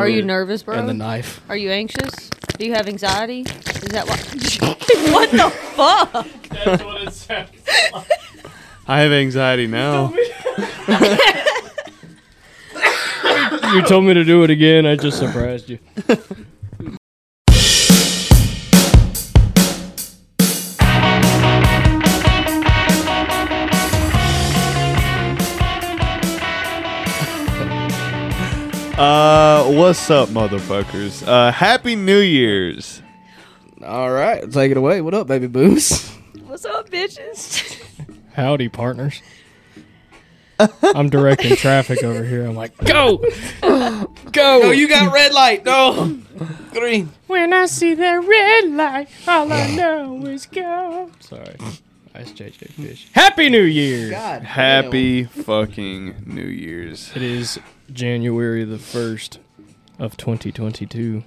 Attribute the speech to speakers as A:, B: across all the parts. A: Are you
B: Weird.
A: nervous, bro?
B: And
C: Um,
B: the knife.
A: Are you anxious? Do you have anxiety? Is that why? what the fuck?
C: That's what it sounds.
B: I have anxiety now.
C: You told me to do it again. I just surprised you.
D: Uh, what's up, motherfuckers? Uh, happy New Year's.
B: All right, take it away. What up, baby booze?
A: What's up, bitches?
C: Howdy, partners. I'm directing traffic over here. I'm like, go, go.
B: Oh, you got red light. No, green.
C: When I see that red light, all I know is go. Sorry, that's JJ Fish. Happy New Year!
B: God.
D: Happy fucking New Year's.
C: It is January the first of 2022.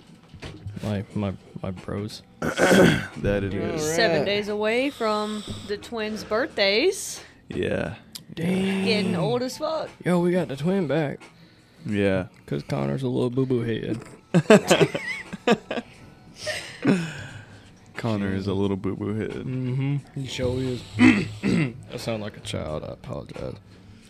C: My my my bros.
D: That it is.
A: Seven days away from the twins' birthdays.
D: Yeah.
C: Damn.
B: Mm.
A: Getting old as fuck.
C: Yo, we got the twin back
D: Yeah.
C: because Connor's a little boo boo head.
D: Connor is a little boo boo head.
C: Mm-hmm. He sure is. I sound like a child. I apologize.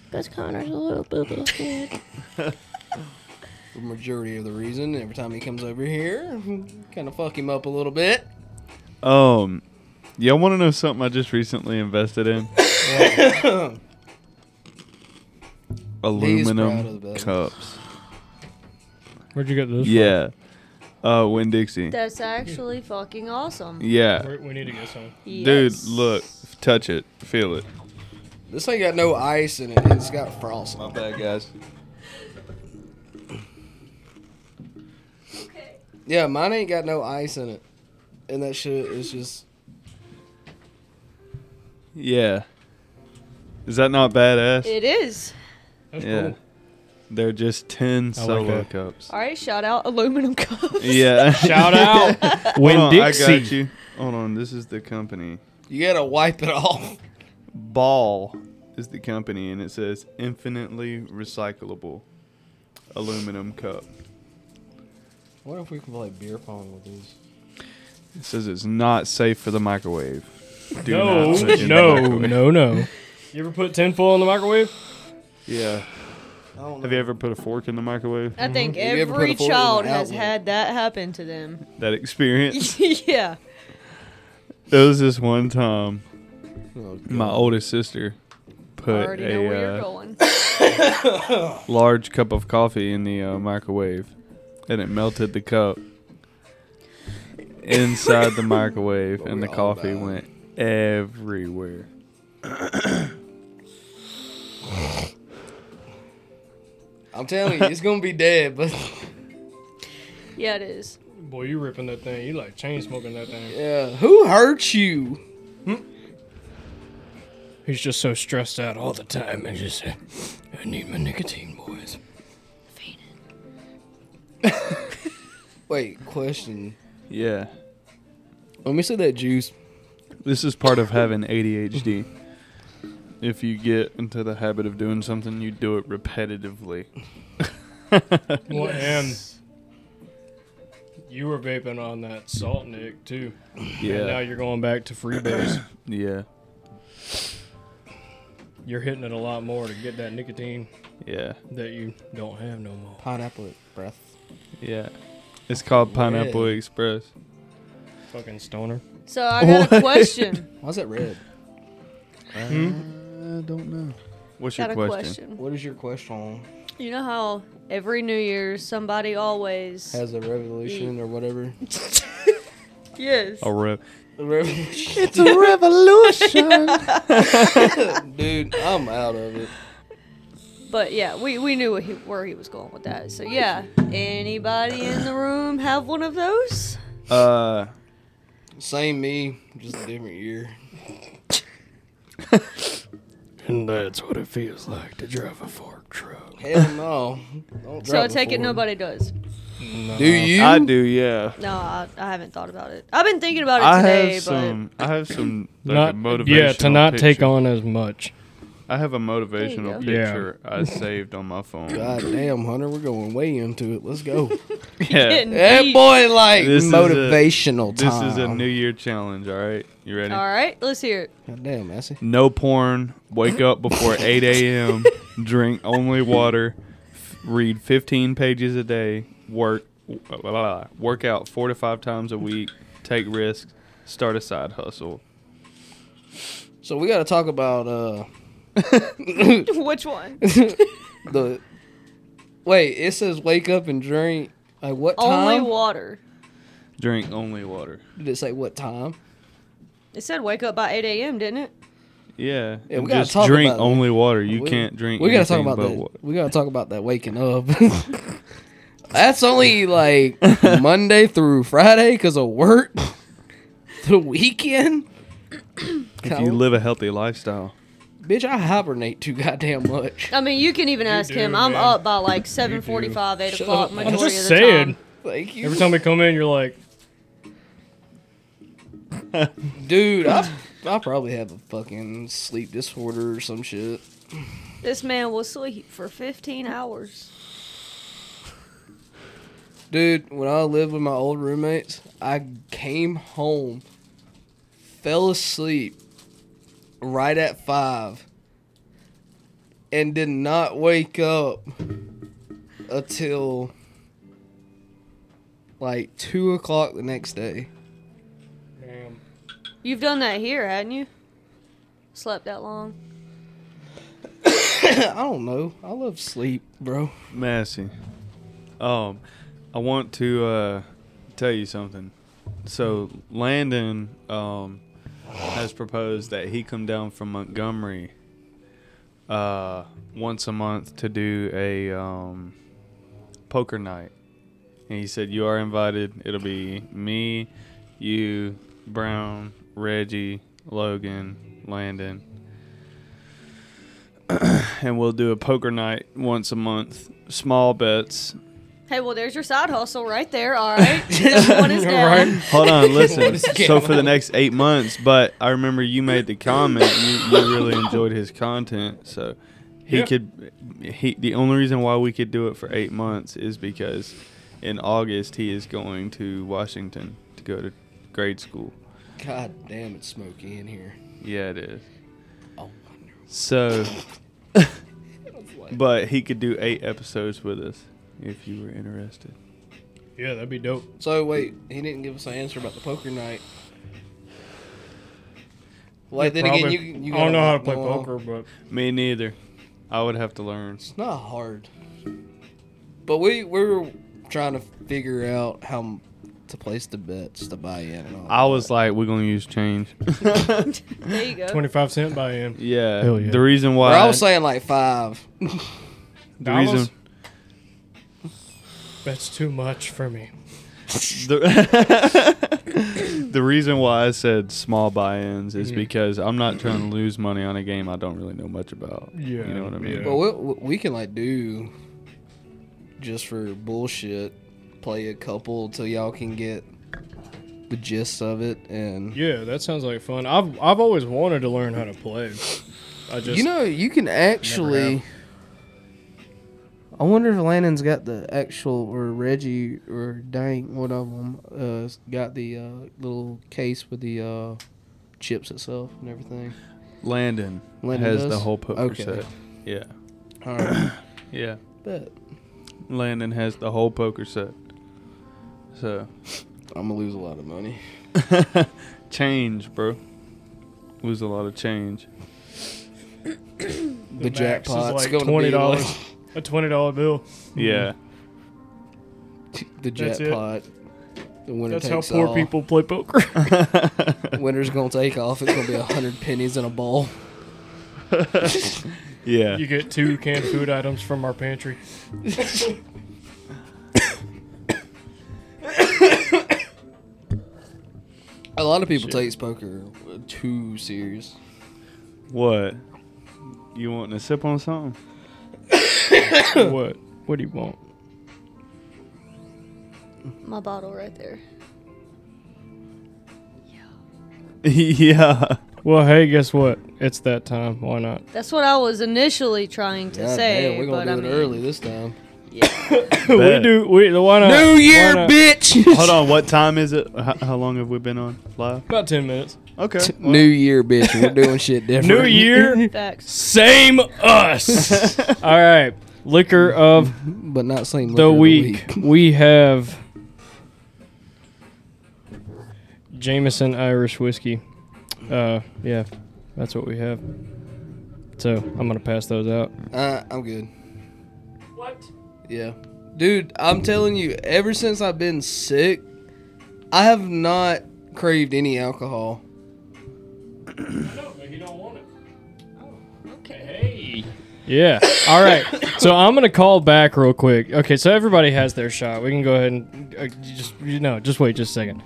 A: Because Connor's a little boo boo kid.
B: The majority of the reason every time he comes over here, kind of fuck him up a little bit.
D: Um, y'all want to know something I just recently invested in?
B: proud of
D: Aluminum
B: the baby.
D: cups.
C: Where'd you get this?
D: Yeah. Uh, Win Dixie.
A: That's actually fucking awesome.
D: Yeah.
C: We, we need to get some.
D: Dude,
A: Yes.
D: look, touch it, feel it.
B: This ain't got no ice in it. It's got frost.
D: My bad, guys.
B: Yeah, mine ain't got no ice in it, and that shit is just.
D: Yeah. Is that not badass?
A: It is.
C: That's
D: yeah.
C: cool.
D: They're just
C: I
D: 10
C: like
D: solo
C: that.
D: cups.
A: All right, shout out aluminum cups.
D: Yeah.
C: Shout out
D: Hold
C: Win
D: on,
C: Dixie.
D: I got you. Hold on, this is the company.
B: You gotta wipe it off.
D: Ball is the company, and it says infinitely recyclable aluminum cup.
B: What if we can play beer pong with these?
D: It says it's not safe for the microwave. Do
C: No,
D: not put in the
C: no,
D: microwave.
C: no, no. You ever put tinfoil in the microwave?
D: Yeah.
B: I don't know.
D: Have you ever put a fork in the microwave?
A: I think
B: Mm-hmm. Have you ever put
A: every
B: a fork in
A: child
B: an
A: has
B: outlet?
A: had that happen to them.
D: That experience?
A: yeah.
D: There was this one time
B: Oh, God.
D: my oldest sister
A: I
D: put
A: already know where
D: a
A: you're
D: uh,
A: going.
D: large cup of coffee in the uh, microwave, and it melted the cup inside the microwave,
B: Well,
D: and
B: we
D: the
B: all
D: coffee
B: died.
D: went everywhere.
B: I'm telling you, it's gonna be dead, but
A: Yeah, it is.
C: Boy, you ripping that thing. You like chain smoking that thing.
B: yeah. Who hurt you?
C: He's just so stressed out all the time and just, uh, I need my nicotine, boys.
B: Wait, question.
D: Yeah,
B: Let me see that juice.
D: this is part of having ADHD. If you get into the habit of doing something, you do it repetitively.
C: Well, and you were vaping on that salt nick too. And now
D: Yeah,
C: you're going back to freebase.
D: yeah,
C: you're hitting it a lot more to get that nicotine
D: yeah,
C: that you don't have no more.
B: Pineapple breath.
D: yeah. It's called Pineapple Express.
C: Fucking stoner.
A: So I got a
D: What?
A: question.
B: Why's that red?
D: I don't know. What's
A: got a
D: your question?
A: question.
B: What is your question?
A: You know how every New Year's somebody always
B: Has a revolution or whatever?
A: yes.
D: A re-
B: A revolution.
D: it's a revolution.
B: Dude, I'm out of it.
A: But yeah, we, we knew what he, where he was going with that. So yeah, anybody in the room have one of those?
D: uh,
B: Same me, just a different year.
C: And that's what it feels like to drive a fork truck.
B: Hell no. Don't
A: So
B: drive
A: I take it
B: before.
A: nobody does.
B: Do you?
D: I do, yeah.
A: No, I, I haven't thought about it. I've been thinking about it
D: I
A: today,
D: have
A: but
D: some. I have some like
C: Not,
D: motivation.
C: yeah, to not take on as much.
D: I have a
A: There
D: motivational
A: you
C: go. Yeah.
D: picture I saved on my phone.
B: God damn, Hunter, we're going way into it. Let's go.
D: Yeah.
B: that boy like
D: This is a-
B: motivational
D: This
B: time.
D: is a New Year challenge, all right? You ready?
A: All right, let's hear it.
B: God damn, Massey.
D: No porn, wake up before 8 a.m., drink only water, f- read 15 pages a day, work, blah, blah, blah, work out four to five times a week, take risks, start a side hustle.
B: So we got to talk about uh
A: Which one?
B: the. Wait, it says wake up and drink. Like what
A: Only
B: time?
A: water.
D: Drink only water.
B: Did it say what time?
A: It said wake up by 8 a.m., didn't it?
D: Yeah.
B: Yeah, we
D: and
B: gotta
D: just
B: talk
D: drink
B: about that.
D: only water. You
B: We-
D: can't drink
B: We gotta talk
D: anything
B: about
D: but
B: that.
D: water.
B: We gotta talk about that waking up. That's only like Monday through Friday because of work. The weekend,
D: If you
B: Cole?
D: live a healthy lifestyle.
B: bitch, I hibernate too goddamn much.
A: I mean, you can even ask
C: do,
A: him. I'm
C: man.
A: up by like 7:45, 8
B: Shut
A: o'clock.
B: up. I'm
A: Majority
C: I'm just
A: of the
C: saying.
A: Time.
B: Thank you,
C: Every time we come in, you're like,
B: dude. I, I probably have a fucking sleep disorder or some shit.
A: This man will sleep for 15 hours.
B: Dude, when I lived with my old roommates, I came home, fell asleep right at five, and did not wake up until like two o'clock the next day.
C: damn.
A: You've done that here, hadn't you? Slept that long?
B: I don't know. I love sleep, bro.
D: Massey. Um, I want to uh, tell you something. So Landon um, has proposed that he come down from Montgomery uh, once a month to do a um, poker night. And he said you are invited. It'll be me, you, Brown, Reggie, Logan, Landon, and we'll do a poker night once a month. Small bets.
A: Hey, well, there's your side hustle right there. All right. This one is down.
C: Right?
D: Hold on, listen.
B: Let's get
D: so for the
B: on.
D: next eight months, but I remember you made the comment you, you really enjoyed his content, so he
C: Yeah.
D: could. He the only reason why we could do it for eight months is because in August he is going to Washington to go to grade school.
B: God damn, it's smoky in here.
D: Yeah, it is.
B: Oh,
D: So,
B: wonderful.
D: but he could do eight episodes with us if you were interested.
C: Yeah, that'd be dope.
B: So wait, he didn't give us an answer about the poker night. Like then again,
C: Probably-
B: you, you
C: I don't
B: gotta
C: know how to
B: walk
C: play
B: along.
C: poker, but
D: Me neither. I would have to learn.
B: It's not hard, but we we were trying to figure out how m- to place the bets to buy in. And all
D: I was like, we're gonna use change.
A: There you go.
C: 25 cent buy in.
D: Yeah.
C: Hell yeah.
D: The reason
B: Or
D: why
B: I was saying like five.
D: the
C: Dollars?
D: reason
C: That's too much for me.
D: the, the reason why I said small buy-ins is
C: Yeah.
D: because I'm not trying to lose money on a game I don't really know much about.
C: Yeah,
D: You know what I mean?
C: yeah.
B: But what what we can like do, just for bullshit, play a couple till y'all can get the gist of it and.
C: Yeah, that sounds like fun. I've I've always wanted to learn how to play. I just
B: you know, you can actually. I wonder if Landon's got the actual, or Reggie, or Dank, one of them, uh, got the uh, little case with the uh, chips itself and everything.
D: Landon,
B: Landon
D: has the
B: does?
D: whole poker
B: Okay.
D: set. Yeah.
B: All right,
D: Yeah.
B: bet
D: Landon has the whole poker set. So
B: I'm gonna lose a lot of money.
D: change, bro. Lose a lot of change.
B: The, jackpot's going to
C: twenty
B: be
C: dollars.
B: like-
C: A twenty dollar bill.
D: Yeah.
B: the
C: That's it.
B: jackpot. The winner
C: That's how
B: takes
C: poor
B: all.
C: people play poker.
B: Winner's gonna take off. It's gonna be a hundred pennies in a bowl.
D: Yeah.
C: you get two canned food items from our pantry.
B: A lot of people takes poker uh, too serious.
D: What? You wanting to sip on something?
C: what? What do you want?
A: My bottle right there.
D: yeah.
C: Well, hey, guess what? It's that time. Why not?
A: That's what I was initially trying to
B: God
A: say.
B: damn, we're
A: but
B: gonna do
A: I
B: it
A: mean,
B: early this time.
C: we
D: Bet.
C: do. We why not?
B: New Year,
C: Why not?
B: bitch.
D: Hold on, what time is it? How, how long have we been on live?
C: About ten minutes.
D: Okay. well,
B: New Year, bitch. We're doing shit different.
C: New Year,
A: Facts.
C: same us. All right, liquor of
B: but not same liquor
C: the
B: of
C: week. We have Jameson Irish whiskey. Uh, yeah, that's what we have. So I'm gonna pass those out.
B: Uh, I'm good.
C: What?
B: Yeah. Dude, I'm telling you, ever since I've been sick, I have not craved any alcohol.
C: No, but he don't want it.
A: Okay.
C: Hey. Yeah. All right. so I'm gonna call back real quick. Okay. So everybody has their shot. We can go ahead and uh, just you know just wait just a second.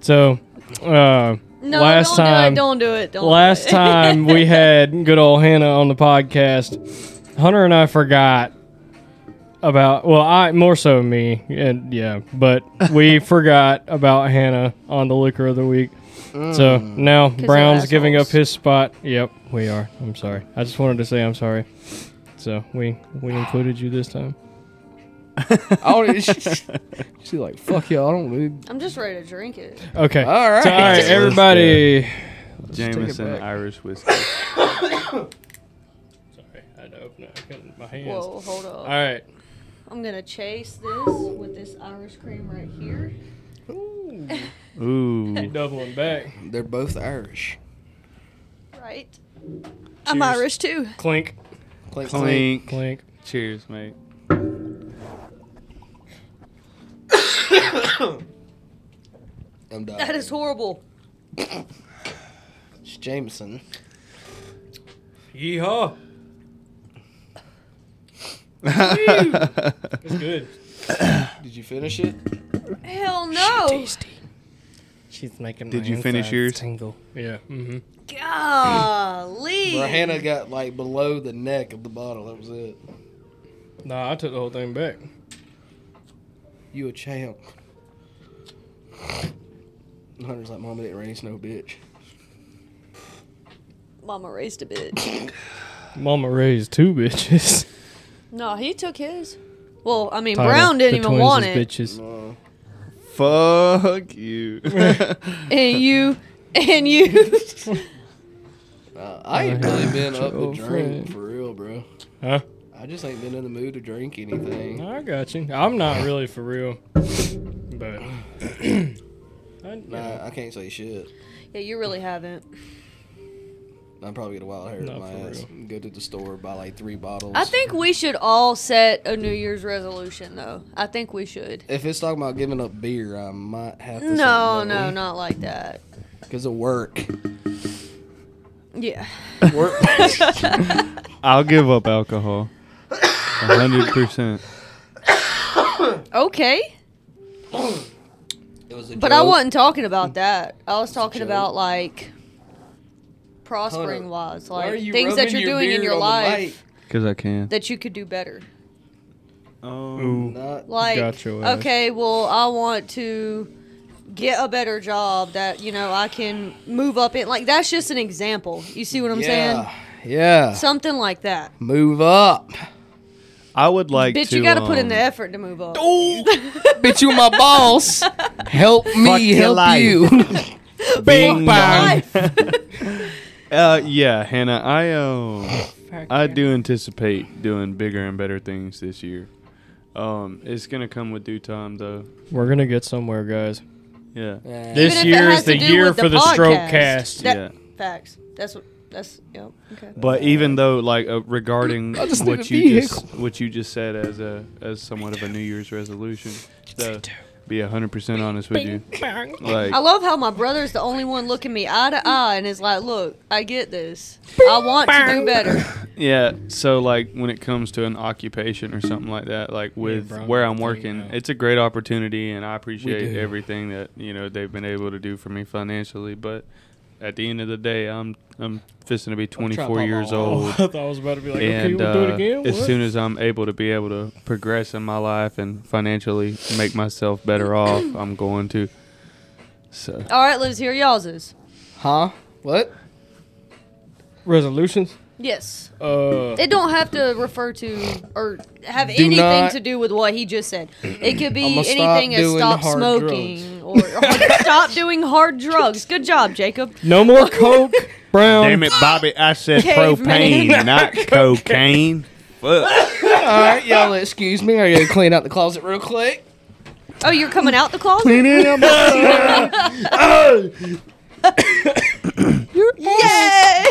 C: So uh,
A: No,
C: last
A: don't do
C: time
A: it. Don't do it. Don't do
C: last
A: it.
C: time we had good old Hannah on the podcast, Hunter and I forgot about well, I more so me and yeah, but we forgot about Hannah on the liquor of the week. So now
A: we're
C: Brown's giving up
A: Mm. assholes.
C: his spot. Yep, we are. I'm sorry. I just wanted to say I'm sorry. So we we included you this time.
B: I don't, she's like, fuck y'all, I don't need.
A: I'm just ready to drink it.
C: Okay.
B: All right.
C: So, all right,
D: Let's
C: everybody.
D: Jameson
B: back.
D: Irish whiskey.
C: Sorry, I had to open it. I couldn't- my hands.
A: Whoa, hold up.
C: All right.
A: I'm gonna chase this with this Irish cream right here.
D: Ooh.
C: Doubling back.
B: They're both Irish.
A: Right. I'm
C: Cheers.
A: Irish too.
C: Clink.
B: Clink, clink.
D: Clink.
C: Clink.
D: Cheers, mate.
B: I'm done.
A: That is horrible.
B: It's Jameson.
C: Yeehaw! It's good.
B: Did you finish it?
A: Hell no.
C: She's making.
D: Did my you finish insides yours?
C: Tingle. Yeah. Mm-hmm.
A: Golly.
B: Bro, Hannah got like below the neck of the bottle. That was it.
C: Nah, I took the whole thing back.
B: You a champ. Hunter's like, Mama didn't raise no bitch.
A: Mama raised a bitch.
C: Mama raised two bitches.
A: no, he took his. Well, I mean, Brown didn't even want it.
C: Bitches.
A: Uh-huh.
B: Uh,
D: Fuck you.
A: And you, and you.
B: Uh, I ain't really been up to
C: Your
B: drink
C: friend.
B: for real, bro.
C: Huh?
B: I just ain't been in the mood to drink anything.
C: I got you. I'm not really for real, but. I,
B: Nah, I can't say shit.
A: yeah, you really haven't.
B: I'm probably gonna wild hair in
C: Not
B: my
C: for
B: ass. Go to the store, buy like three bottles.
A: I think we should all set a New Year's resolution, though. I think we should.
B: if it's talking about giving up beer, I might have to.
A: No, no, not like that.
B: Because of work.
A: Yeah.
B: Work.
D: I'll give up alcohol. A hundred percent.
A: Okay.
B: it was a
A: But I
B: joke.
A: wasn't talking about that. I was talking
B: joke.
A: about like prospering
B: Hunter,
A: wise,
B: Why are
A: like
B: you
A: things that
B: rubbing
A: you're doing in
B: beard
A: your
B: on the
A: life
D: Cause I can.
A: that you could do better.
D: Um,
B: mic? Not.
A: Like,
C: Got your ass.
A: okay, well, I want to get a better job that you know I can move up in. Like that's just an example. You see what I'm saying?
B: yeah. Yeah.
A: Something like that.
B: Move up.
D: I would like
A: Bitch,
D: to.
A: you got to put in
D: um,
A: the effort to move up.
B: Bitch, you my boss. Help
D: Fuck
B: me
D: your
B: help
D: life.
B: you.
D: Bing
B: bang.
D: Uh, yeah, Hannah. I um, I do anticipate doing bigger and better things this year. Um, it's gonna come with due time, though.
C: We're gonna get somewhere, guys.
D: Yeah.
B: Yeah.
A: Even
C: This
A: if it
C: year
A: has
C: is the
A: to do
C: year
A: with
C: for the stroke
A: podcast.
C: cast.
A: That-
D: Yeah.
A: Facts. That's what. That's yep. Okay.
D: But even though, like, uh, regarding
B: just need
D: what
B: a
D: you just what you just said as a as somewhat of a New Year's resolution, to be hundred percent honest with you, like,
A: I love how my brother's the only one looking me eye to eye and is like, "Look, I get this. I want to do better."
D: yeah. So, like, when it comes to an occupation or something like that, like with
C: bro,
D: where I'm
C: I'm telling you
D: working,
C: now.
D: it's a great opportunity, and I appreciate
B: do.
D: everything that you know they've been able to do for me financially. But at the end of the day, I'm I'm fisting to be
B: trying to
D: 24
B: pop
D: years
B: my-
D: old.
C: I thought I was about to be like, okay,
D: and
C: we'll do it
D: uh,
C: again.
D: as
C: What?
D: soon as I'm able to be able to progress in my life and financially make myself better off, I'm going to. So
A: All right, let's hear y'all's.
B: Huh? What?
C: resolutions.
A: Yes.
C: Uh,
A: It don't have to refer to or have
B: Do
A: anything
B: not-
A: to do with what he just said. It could be
B: I'ma stop
A: anything as
B: doing
A: stop
B: hard
A: smoking or, or stop doing hard drugs. Good job, Jacob.
C: no more coke, brown.
D: Damn it, Bobby! I said
A: Caveman.
D: propane, not cocaine. Fuck.
B: All right, y'all, excuse me. I gotta clean out the closet real quick.
A: Oh, you're coming out the closet? Yay!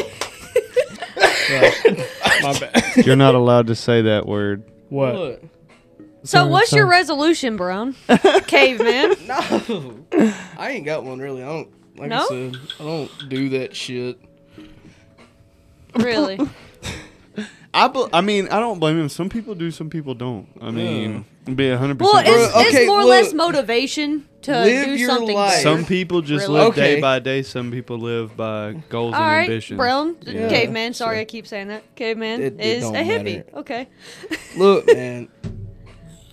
C: My bad.
D: You're not allowed to say that word.
C: What?
B: Look.
A: So
C: Sorry,
A: what's your
C: sorry.
A: resolution, Brown? Caveman.
B: No, I ain't got one really. I don't. Like I
A: No?
B: said, I don't do that shit.
A: Really?
D: I, bel I mean, I don't blame him. Some people do, some people don't. I mean, be 100%.
A: Well, it's,
D: right.
B: Bro, okay,
A: it's more or
B: look.
A: less motivation to
B: Live
A: do
B: your
A: something.
B: life.
A: better.
D: some people just
A: Really?
D: live
B: Okay.
D: day by day. Some people live by goals
A: All
D: and
A: right,
D: ambitions.
A: Brown,
D: Yeah.
A: caveman. Sorry, I keep saying that. Caveman
B: It- it
A: is a
B: don't
A: hippie.
B: matter.
A: Okay.
B: Look, man.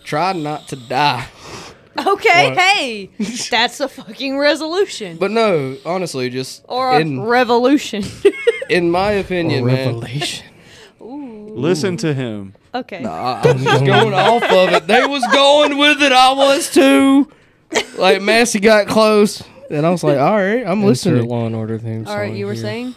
B: Try not to die.
A: Okay.
C: What?
A: Hey, that's a fucking resolution
B: But no, honestly, just
A: or a
B: in
A: revolution.
B: in my opinion, man.
C: revelation.
A: Ooh.
D: Listen to him.
A: Okay.
B: I, I was going off of it. They was going with it. I was too. Like Massey got close, and I was like, "All right, I'm
C: Insert
B: listening."
C: Law and Order theme.
A: All right,
C: song
A: you were
C: here.
A: saying.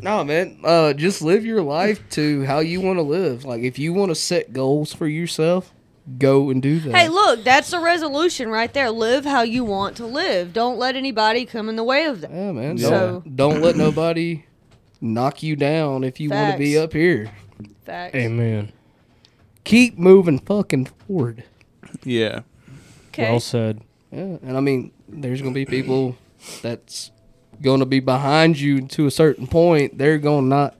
B: No, man. Uh, just live your life to how you want to live. Like, if you want to set goals for yourself, go and do that.
A: Hey, look, that's a resolution right there. Live how you want to live. Don't let anybody come in the way of that.
B: yeah, man.
A: So-
B: Don't, don't let nobody knock you down if you want to be
A: Facts.
B: up here.
A: Facts.
C: Amen.
B: Keep moving fucking forward.
D: Yeah.
A: Okay.
C: Well said.
B: Yeah, and I mean, there's gonna be people that's gonna be behind you to a certain point. They're gonna not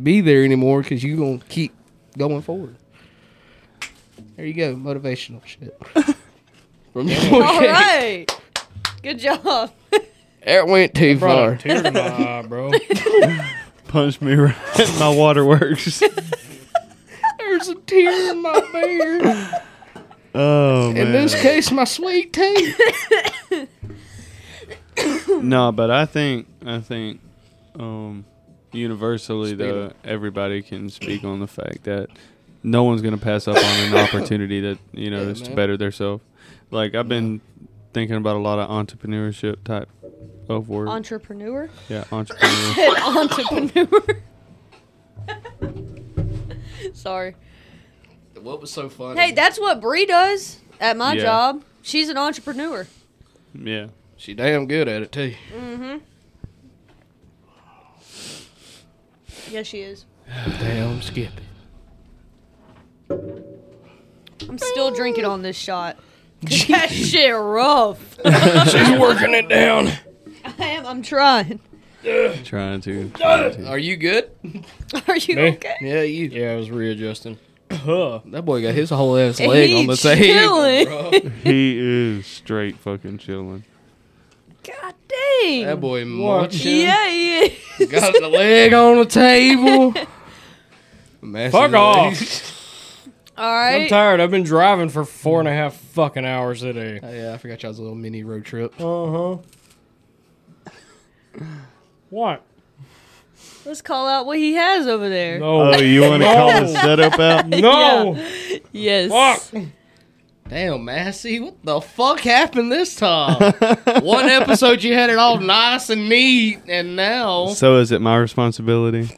B: be there anymore because you gonna keep going forward. There you go, motivational shit. From your boy
A: All
B: Kate.
A: right. Good job.
B: That went too
C: Brought
B: far.
C: a tear to my eye, bro.
D: Punch me right in my waterworks.
B: There's a tear in my beer.
D: oh, man.
B: In this case, my sweet tea.
D: No, but I think I think um, universally,
B: Speed
D: though, everybody can speak on the fact that no one's gonna pass up on an opportunity that you know
B: Yeah,
D: is to
B: man.
D: better themselves. Like I've been thinking about a lot of entrepreneurship type of work.
A: Entrepreneur.
D: yeah, entrepreneur.
A: An entrepreneur. Sorry.
B: What was so funny?
A: Hey, that's what Bree does at my
D: Yeah.
A: job. She's an entrepreneur.
D: yeah.
B: she damn good at it too.
A: Yes, she is.
B: Damn, skip it.
A: I'm still drinking on this shot. that shit rough.
B: She's working it down.
A: I am. I'm trying.
D: Trying to.
B: Are you good?
A: Are you
C: Me?
A: okay?
B: Yeah, you.
C: Yeah, I was readjusting. Huh.
B: That boy got his whole ass leg on the
A: He's
B: table.
A: chilling.
D: he is straight fucking chilling.
A: God dang.
B: That boy
C: What?
B: munching.
A: Yeah, he is.
B: Got the leg on the table. Massive
C: Fuck
B: leg.
C: off.
A: All
C: I'm
A: right.
C: tired. I've been driving for four and a half fucking hours today.
B: Oh, yeah, I forgot y'all's little mini road trip.
C: Uh huh. What?
A: Let's call out what he has over there.
C: No.
D: Oh, you want
C: to call the
D: setup out?
C: No.
A: Yes.
C: Fuck.
B: Damn, Massey, what the fuck happened this time? One episode you had it all nice and neat, and now.
D: So is it my responsibility?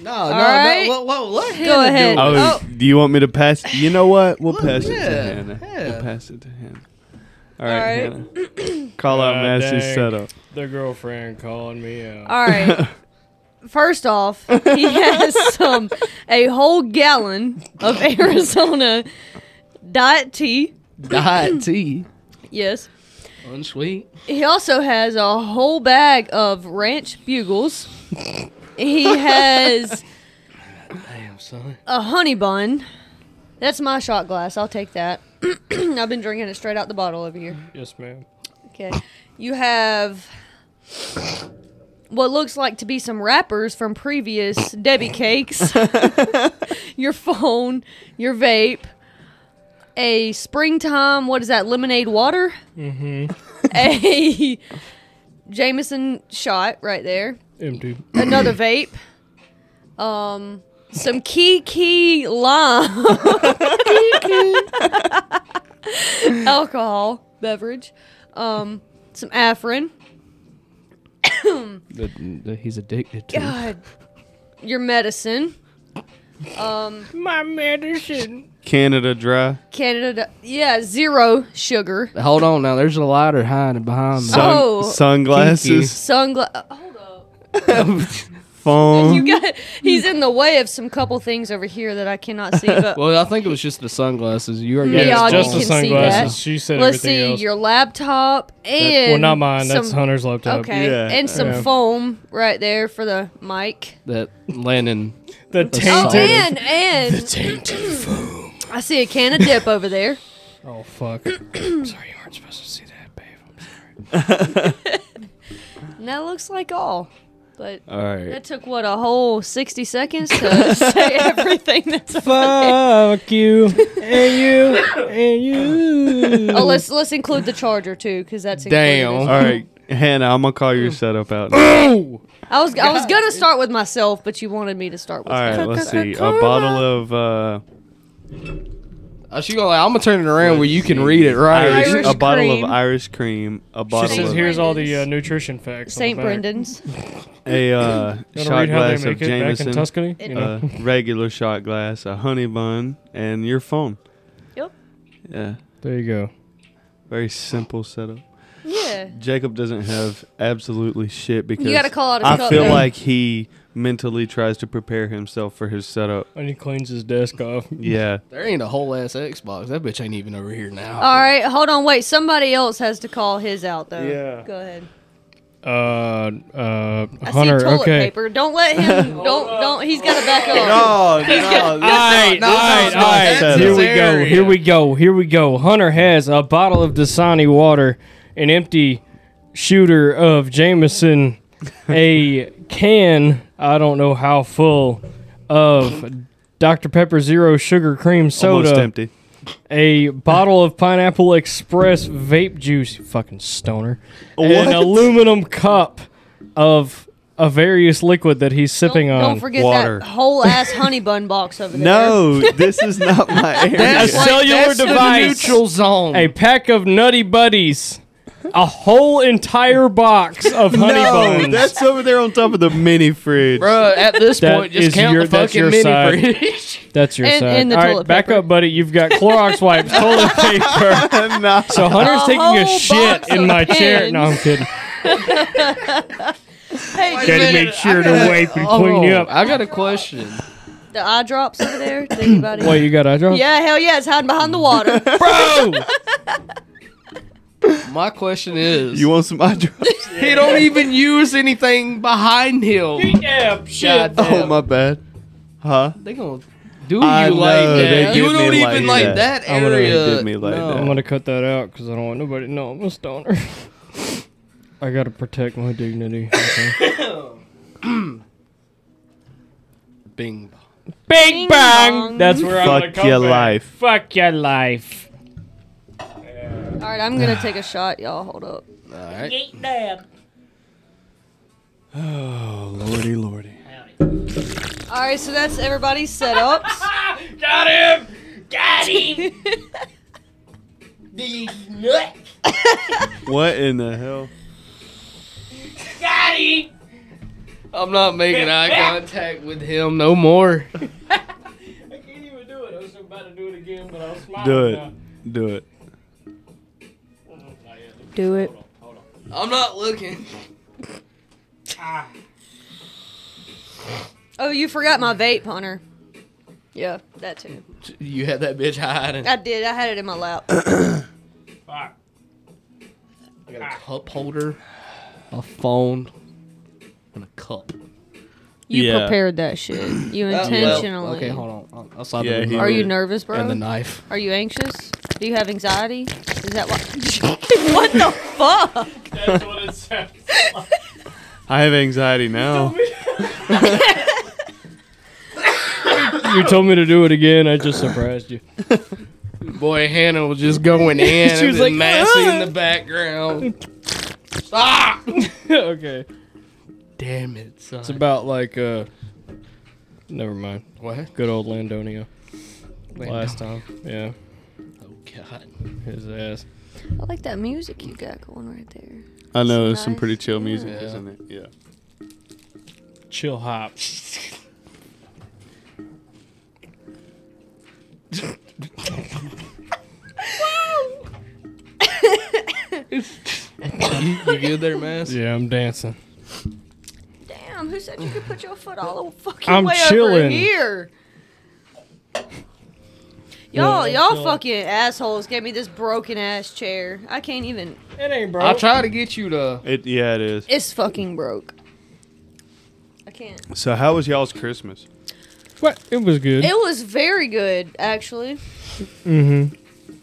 B: No, no,
A: right.
B: no. What, what, what
A: Go ahead.
D: Oh,
A: Oh.
D: do you want me to pass? You know what? We'll
B: Look,
D: pass it to
B: yeah,
D: Hannah.
B: yeah.
D: We'll pass it to Hannah.
A: All
D: All right, Hannah. Call out
C: God
D: Massey's
C: Oh, dang.
D: setup.
C: The girlfriend calling me out.
A: All right. First off, he has some a whole gallon of Arizona diet tea.
B: Diet tea.
A: Yes.
B: Unsweet.
A: He also has a whole bag of ranch bugles. He has
B: Damn, son.
A: a honey bun. That's my shot glass. I'll take that. I've been drinking it straight out the bottle over here.
C: Yes, ma'am.
A: Okay. You have what looks like to be some wrappers from previous Debbie cakes, your phone, your vape, a springtime, what is that, lemonade water? Mm-hmm. A Jameson shot right there,
C: Empty.
A: another vape, um, some Kiki lime. Alcohol beverage. Um, some Afrin.
B: That, that he's addicted to.
A: God. Your medicine. Um,
C: My medicine.
D: Canada Dry.
A: Canada. Yeah, zero sugar.
B: Hold on now. There's a lighter hiding behind me.
D: Sun-
A: Oh.
D: Sunglasses.
A: Sungla. oh Hold up.
D: Phone.
A: You
C: Mm-hmm.
A: got. He's in the way of some couple things over here that I cannot see. But
B: Well, I think it was just the sunglasses. You are
A: Yeah,
B: getting
A: y'all
B: it
C: it's just
A: can
C: the
B: wrong.
A: see sun-
C: sunglasses.
A: that.
C: She said
A: let's
C: everything
A: see
C: else.
A: your laptop and
C: well, not mine. That's
A: some-
C: Hunter's laptop.
A: Okay,
D: Yeah,
A: and some
C: yeah.
A: foam right there for the mic.
B: that Landon.
C: The
A: Oh,
C: tainted.
A: and and
B: Tainted foam.
A: I see a can of dip over there.
C: Oh, fuck.
B: Sorry, you weren't supposed to see that, babe.
A: And that looks like all, but
D: All right.
A: that took what a whole sixty seconds to say everything that's.
C: Fuck you and you and you.
A: Oh, let's let's include the charger too, because that's included
B: Damn.
A: as-
D: All right. Hannah, I'm gonna call
A: Mm.
D: your setup out.
B: Oh.
A: I was I was gonna start with myself, but you wanted me to start with.
D: All right, let's see. A bottle of uh,
B: Uh, she gonna, like, I'm gonna turn it around where you can read it right.
D: Irish,
A: Irish
D: a bottle
A: cream.
D: of Irish cream, a
C: She
D: bottle
C: says,
D: of
C: "Here's all the uh, nutrition facts."
A: St.
C: on the back."
A: Brendan's.
D: a
C: You
D: uh,
C: wanna
D: shot
C: read how they
D: glass of
C: make it back in
D: Jameson,
C: Tuscany? You know?
D: a regular shot glass, a honey bun, and your phone."
A: Yep.
D: Yeah,
C: there you go.
D: very simple setup.
A: Yeah.
D: Jacob doesn't have absolutely shit because
A: You got to call out his
D: I
A: cup.
D: feel
A: though.
D: like he mentally tries to prepare himself for his setup.
C: And he cleans his desk off.
D: Yeah.
B: There ain't a whole ass Xbox. That bitch ain't even over here now.
A: All right, hold on, wait. Somebody else has to call his out though.
D: Yeah.
A: Go ahead.
C: Uh, uh,
A: I
C: Hunter.
A: see toilet
C: okay.
A: paper. Don't let him. don't don't. He's got to back up.
E: Oh,
C: All right, all right, all right.
D: that's
C: Here we go.
E: area.
C: Here we go. Here we go. Hunter has a bottle of Dasani water, an empty shooter of Jameson, a can. I don't know how full of Dr Pepper Zero Sugar Cream
D: Almost
C: Soda,
D: empty.
C: a bottle of Pineapple Express vape juice. you Fucking stoner. An
D: What?
C: aluminum cup of a various liquid that he's sipping
A: Don't,
C: on.
A: don't forget
D: water.
A: that whole ass honey bun box over there.
D: No, this is not my area.
C: a
B: That's like-
C: cellular
B: that's the
C: device.
B: neutral zone.
C: a pack of Nutty Buddies, a whole entire box of Honey
D: no,
C: Bones.
D: that's over there on top of the mini fridge.
B: Bruh, at this
C: That
B: point, just
C: is
B: count
C: your-
B: the
C: that's
B: fucking
C: your
B: mini
C: side.
B: fridge.
C: That's your
A: And-
C: side.
A: and the
C: All right,
A: toilet
C: back
A: paper.
C: up, buddy. You've got Clorox wipes, toilet paper.
D: Nah.
C: So Hunter's
A: A
C: taking a
A: whole
C: shit
A: box
C: in
A: of
C: my chair.
A: pens.
C: No, I'm kidding.
A: Hey, did
C: Gotta make sure to wipe and clean you
B: Oh,
C: up.
B: I got a question.
A: you- the eye drops over there. Did anybody?
C: Wait, you got eye drops?
A: Yeah, hell yeah, it's hiding behind the water.
C: Bro!
B: My question is,
D: You want some eye drops?
B: he don't even use anything behind him.
C: yeah, shit.
B: God
D: Oh
B: damn.
D: my bad. Huh?
B: They gonna do
D: I
B: you like
D: know, they
B: that?
D: did
B: You
D: me
B: don't
D: like
B: even like
D: that.
B: that,
D: I would've
B: area.
D: did me like
B: no.
C: I'm gonna cut that out because I don't want nobody to know I'm a stoner. I gotta protect my dignity. okay?
B: Bing. bong.
A: bong.
C: Bing bang! That's where I'm gonna
D: Fuck
C: come
D: your
C: back.
D: life.
C: Fuck your life.
A: All right, I'm gonna take a shot, y'all. Hold up.
B: All right.
D: Oh lordy, lordy.
A: All right, so that's everybody's setups.
C: Got him! Got him!
D: What in the hell?
C: Got him!
B: I'm not making eye contact with him no more.
C: I can't even do it. I was about to do it again, but I was smiling.
D: Do it. Do it.
A: Do it.
B: I'm not looking.
A: Oh, you forgot my vape, Hunter. Yeah, that too.
B: You had that bitch hiding.
A: I did. I had it in my lap.
C: Fuck.
B: I got a cup holder, a phone, and a cup.
A: You
D: Yeah.
A: prepared that shit. You intentionally.
B: Okay, hold on. I'll, I'll slide
D: Yeah,
B: it in
D: he
B: my-
A: Are you
D: Dude.
A: nervous, bro?
B: And the knife.
A: Are you anxious? Do you have anxiety? Is that why? what the fuck?
C: That's what it sounds
D: I have anxiety now.
C: You told me to do it again. I just surprised you.
B: Boy, Hannah was just going in.
C: She was
B: and
C: like,
B: Massey in
C: "Ah."
B: the background. ah!
C: okay.
B: Damn it, son.
C: It's about like uh Never mind.
B: What?
C: Good old Landonio. Last time. Yeah.
B: Oh God.
C: His ass.
A: I like that music you got going right there.
D: I know
A: It's
D: it's some
A: nice.
D: pretty chill music,
B: Yeah.
D: isn't it? Yeah.
C: Chill hop.
B: You good there, Mass?
C: Yeah, I'm dancing.
A: Damn, who said you could put your foot all the fucking
C: I'm
A: way over
C: chilling.
A: here? Y'all,
C: Yeah,
A: y'all
C: chill.
A: fucking assholes gave me this broken ass chair. I can't even.
C: It ain't bro.
B: I try to get you to.
D: It yeah it is.
A: It's fucking broke. I can't.
D: So how was y'all's Christmas?
C: What? It was good.
A: It was very good, actually.
C: mm-hmm.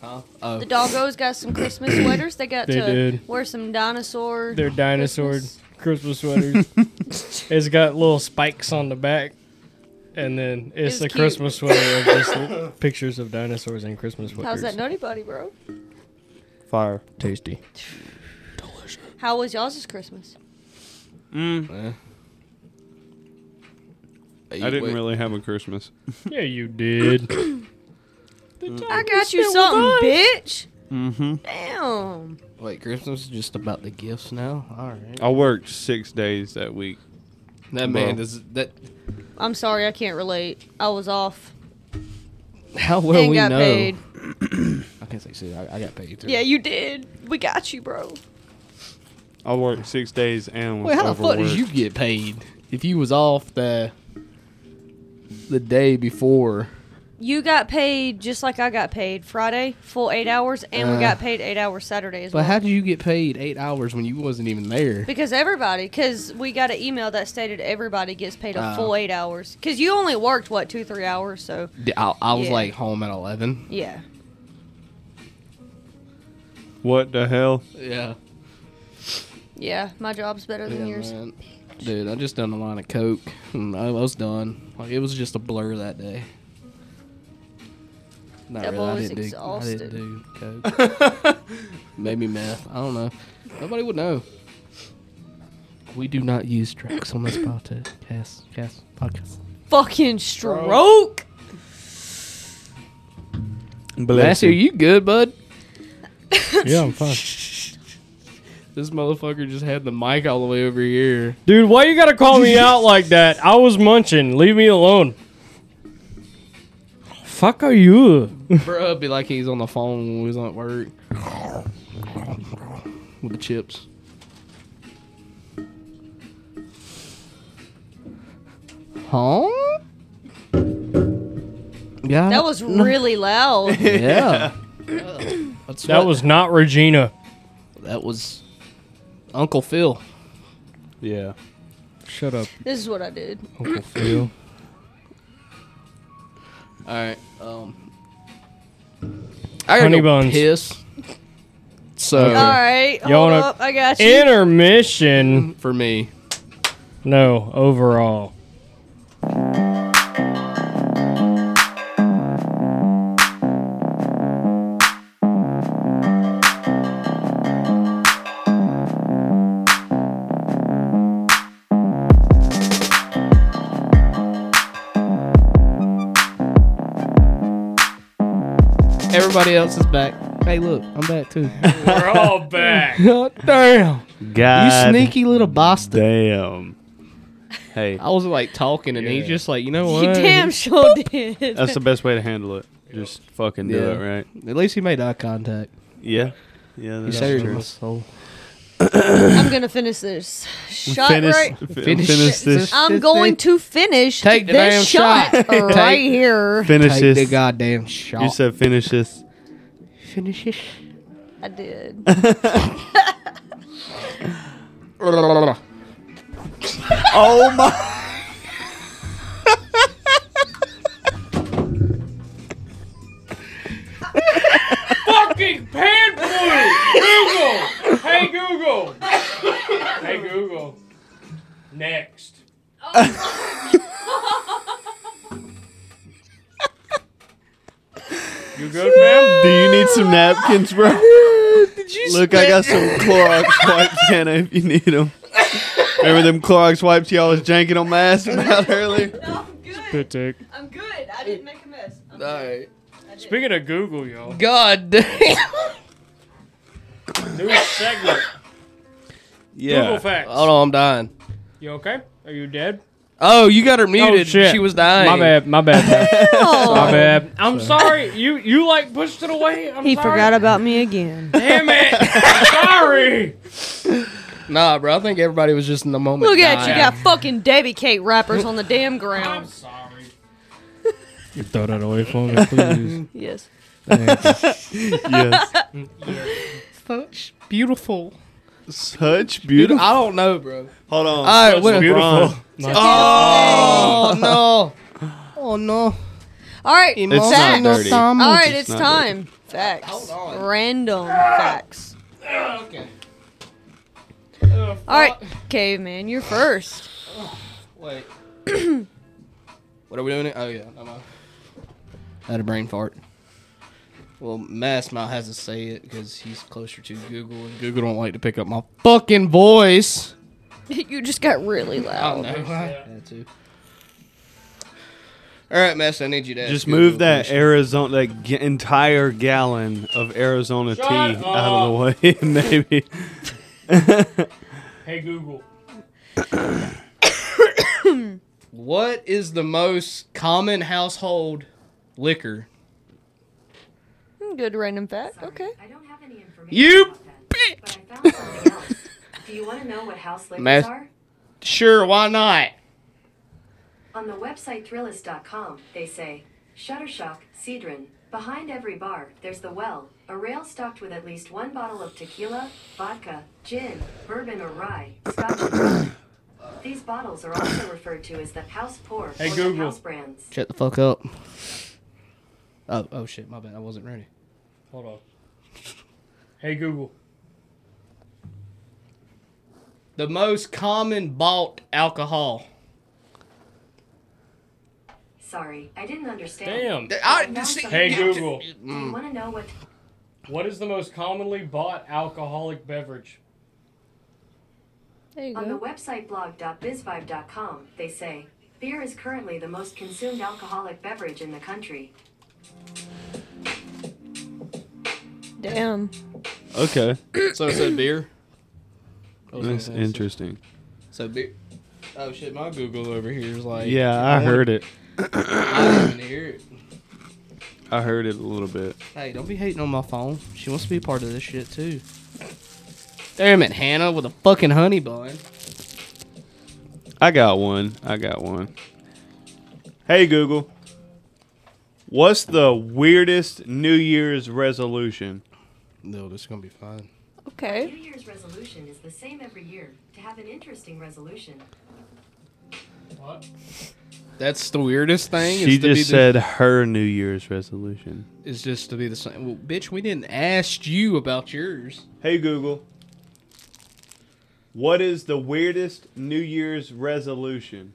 B: Uh,
A: The doggos got some Christmas sweaters. They got
C: They
A: to
C: did.
A: wear some dinosaur.
C: They're dinosaur
A: Christmas.
C: Christmas, sweaters. it's got little spikes on the back. And then it's
A: was
C: a
A: cute.
C: Christmas sweater of just l- pictures of dinosaurs and Christmas sweaters.
A: How's that nutty buddy, bro?
D: Fire.
C: Tasty.
A: How was y'all's this Christmas?
D: Mm,
B: eh.
D: I didn't really have a Christmas.
C: Yeah, you did.
A: I got you something, bitch.
D: Mm-hmm.
A: Damn.
B: Wait, Christmas is just about the gifts now. All right.
D: I worked six days that week.
B: Oh, That
D: Bro.
B: man does that.
A: I'm sorry, I can't relate. I was off.
B: How well
A: and
B: we
A: got
B: know.
A: paid.
B: I can't say shit. I, I got paid too.
A: Yeah, you did. We got you, bro.
D: I worked six days and was
B: Wait, how the fuck did
D: overworked.
B: you get paid if you was off the the day before?
A: You got paid just like I got paid Friday, full eight hours, and
B: Uh,
A: we got paid eight hours Saturday as
B: But
A: well.
B: how did you get paid eight hours when you wasn't even there?
A: because everybody, because we got an email that stated everybody gets paid a
B: Oh.
A: full eight hours. Because you only worked, what, two, three hours? So,
B: I, I was
A: Yeah.
B: like home at eleven.
A: yeah.
D: What the hell?
B: Yeah.
A: Yeah, my job's better than yours.
B: man. Dude, I just done a line of coke. And I was done. Like it was just a blur that day. Not
A: That
B: really.
A: boy
B: I
A: was
B: didn't do. I
A: exhausted.
B: didn't do coke. Maybe meth. I don't know. Nobody would know. We do not use drugs on this podcast. Yes, podcast.
A: Fucking stroke.
B: Last year, you good, bud?
C: yeah, I'm fine.
B: This motherfucker just had the mic all the way over here.
C: Dude, why you gotta call me out like that? I was munching. Leave me alone. Fuck are you?
B: Bruh, be like he's on the phone when we was on at work. With the chips. Huh? Yeah.
A: That was really loud.
B: yeah. That's
C: That
B: what-
C: was not Regina.
B: that was Uncle Phil.
D: Yeah.
C: Shut up,
A: This is what I did.
C: Uncle Phil.
B: All right. Um. I gotta
C: Honey
B: go
C: buns.
B: piss. So
A: All right,
C: You
A: hold
C: wanna-
A: up. I got you.
C: Intermission.
B: for me,
C: No, overall.
B: everybody else is back. Hey, look, I'm back too.
C: We're all back.
B: God damn.
D: God
B: You sneaky little bastard.
D: damn. Hey,
B: I was like talking, and he's
C: Yeah.
B: just like, you know
A: You
B: what?
A: damn sure did.
D: that's the best way to handle it. Just fucking do
B: Yeah.
D: it, right?
B: At least he made eye contact.
D: Yeah. Yeah,
B: He
D: that's
B: stared in
D: true.
B: my soul.
A: I'm gonna finish this shot
D: finish,
A: right.
D: fi-
B: Finish
D: finish this.
A: I'm
B: This
A: going to
B: thing-
A: finish
B: Take the damn
A: this shot,
B: shot.
A: right
B: Take-
A: here.
D: Finish
B: Take the
D: this.
B: goddamn shot.
D: You said finish this.
B: finish it.
A: I did.
D: Oh my!
C: Fucking pan Google. Hey Google. Hey Google. Next. you good, man?
D: Do you need some napkins, bro? Look, I got some Clorox wipes, Hannah, if you need them. Remember them Clorox wipes y'all was janking on my ass about earlier?
A: I'm good.
C: Good take.
A: I'm good. I didn't make a mess.
B: All right.
C: Speaking of Google, y'all,
B: God damn.
C: new segment. Google
D: Yeah.
C: facts.
B: Hold on, I'm dying.
C: You okay? Are you dead?
B: Oh, you got her muted.
C: shit.
B: She was dying.
C: My bad. My bad. bro. my
A: Oh,
C: bad. I'm sorry. You you like pushed it away. I'm
A: he
C: sorry.
A: forgot about me again.
C: Damn it. sorry.
B: Nah, bro. I think everybody was just in the moment.
A: Look at you,
B: dying.
A: got fucking Debbie cake wrappers on the damn
C: I'm
A: ground.
C: sorry. You throw that away for me, please.
A: Yes.
D: yes.
B: Such beautiful.
D: Such
B: Dude,
D: beautiful.
B: I don't know, bro.
D: Hold on.
B: All right,
D: Such
B: what-
D: beautiful.
B: Oh no. Oh no.
A: All right.
B: It's
D: It's not
A: Facts.
D: dirty.
A: All right,
D: It's
A: it's,
D: not
A: time. Facts.
B: on.
A: Random facts.
B: Okay.
A: All right, caveman, you're first.
B: Wait. what are we doing? Oh yeah, I'm on. I had a brain fart. Well, Mass Mouth has to say it because he's closer to Google, and Google don't like to pick up my fucking voice.
A: you just got really
B: I don't know.
A: loud.
B: Had to. All right, Mass, I need you to ask
D: Just
B: Google
D: move that
B: question.
D: Arizona, that g- entire gallon of Arizona
C: Shut
D: tea out of the way, maybe.
C: Hey Google.
B: What is the most common household liquor?
A: Good random fact. Okay.
F: I don't have any information
B: You
F: about that, but I found something else. Do you want to know what house liquors
B: Math-
F: are?
B: Sure, why not?
F: On the website thrillist.com, they say, Shuttershock, Cedron, behind every bar, there's the well, a rail stocked with at least one bottle of tequila, vodka, gin, bourbon or rye, scotch and rum." These bottles are also referred to as the house pour
C: Hey,
F: or the
C: Google.
F: house brands.
B: Shut the fuck up. Oh, oh shit, my bad. I wasn't ready.
C: Hold on. Hey Google.
B: The most common bought alcohol.
F: Sorry, I didn't understand.
C: Damn.
B: I,
F: Now
B: see,
F: something
C: Hey
F: else.
C: Google.
F: Do you want to know what
C: What is the most commonly bought alcoholic beverage?
A: There you
F: On the
A: go.
F: website blog.bizvibe.com, they say, beer is currently the most consumed alcoholic beverage in the country.
A: Damn.
D: Okay.
B: so it said beer.
D: That's interesting.
B: So beer. Oh shit, my Google over here is like.
D: Yeah, I heard it.
B: I didn't even hear it.
D: I heard it a little bit.
B: Hey, don't be hating on my phone. She wants to be a part of this shit too. Damn it, Hannah, with a fucking honey bun.
D: I got one. I got one. Hey Google. What's the weirdest New Year's resolution?
B: No, this is gonna be fine.
F: New
A: Okay.
F: Year's resolution is the same every year, to have an interesting resolution.
C: What?
B: That's the weirdest thing.
D: She
B: is to be
D: just
B: the-
D: said her New Year's resolution.
B: is just to be the same. Well, bitch, we didn't ask you about yours.
D: Hey Google. What is the weirdest New Year's resolution?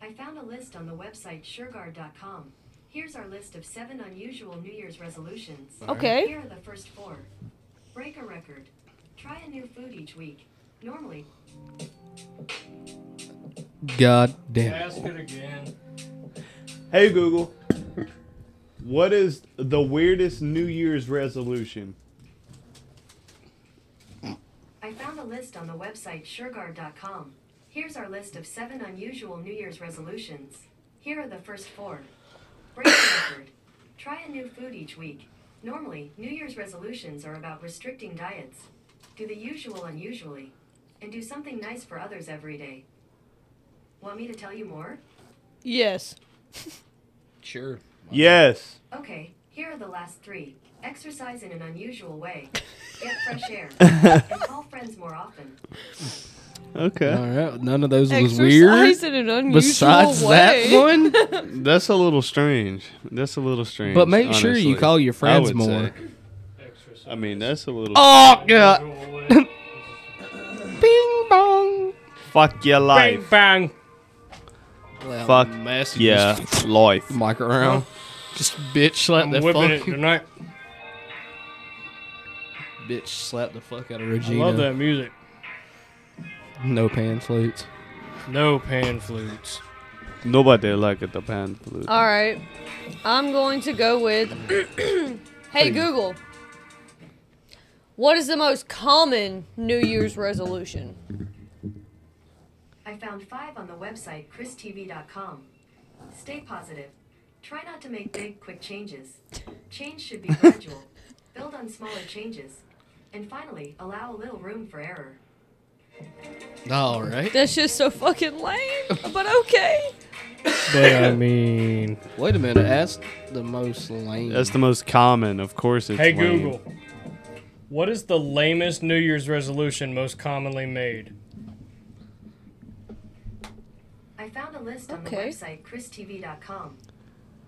F: I found a list on the website sureguard.com. Here's our list of seven unusual New Year's resolutions.
A: Okay.
F: Here are the first four. Break a record. Try a new food each week. Normally,
B: God damn.
C: Ask it again.
D: Hey Google. What is the weirdest New Year's resolution?
F: I found a list on the website sureguard.com. Here's our list of seven unusual New Year's resolutions. Here are the first four. Break the record. Try a new food each week. Normally, New Year's resolutions are about restricting diets. Do the usual unusually. And do something nice for others every day. Want me to tell you more?
A: Yes.
B: Sure.
D: Yes.
F: Okay, here are the last three. Exercise in an unusual way. Get fresh air. and call friends more often.
D: Okay.
B: All right. None of those was weird.
A: Exercise in an unusual
B: Besides
A: way.
B: that one.
D: That's a little strange. That's a little strange.
B: But make sure you
D: honestly.
B: call your
D: I
B: friends
D: would
B: more.
D: say. I mean, that's a little.
B: Oh god.
C: Bang
B: Bing bong.
D: Fuck your life.
C: bang.
D: Fuck.
B: Messy.
D: Yeah, life.
B: Mic around. Just bitch slap
C: I'm
B: the
C: whipping it
B: fuck.
C: tonight.
B: Bitch slap the fuck out of
C: I
B: Regina.
C: love that music.
B: No pan flutes.
C: No pan flutes.
D: Nobody like it, the pan flute.
C: Oh.
A: All right. I'm going to go with Hey Google. What is the most common New Year's resolution?
F: I found five on the website ChrisTV.com. Stay positive. Try not to make big, quick changes. Change should be gradual. Build on smaller changes. And finally, allow a little room for error.
B: All right.
A: That's just so fucking lame, but okay.
C: But I mean,
B: Wait a minute. That's the most lame.
D: That's the most common, of course. It's
C: hey
D: lame.
C: Google, what is the lamest New Year's resolution most commonly made?
F: I found a list on the
A: Okay.
F: website ChrisTV.com.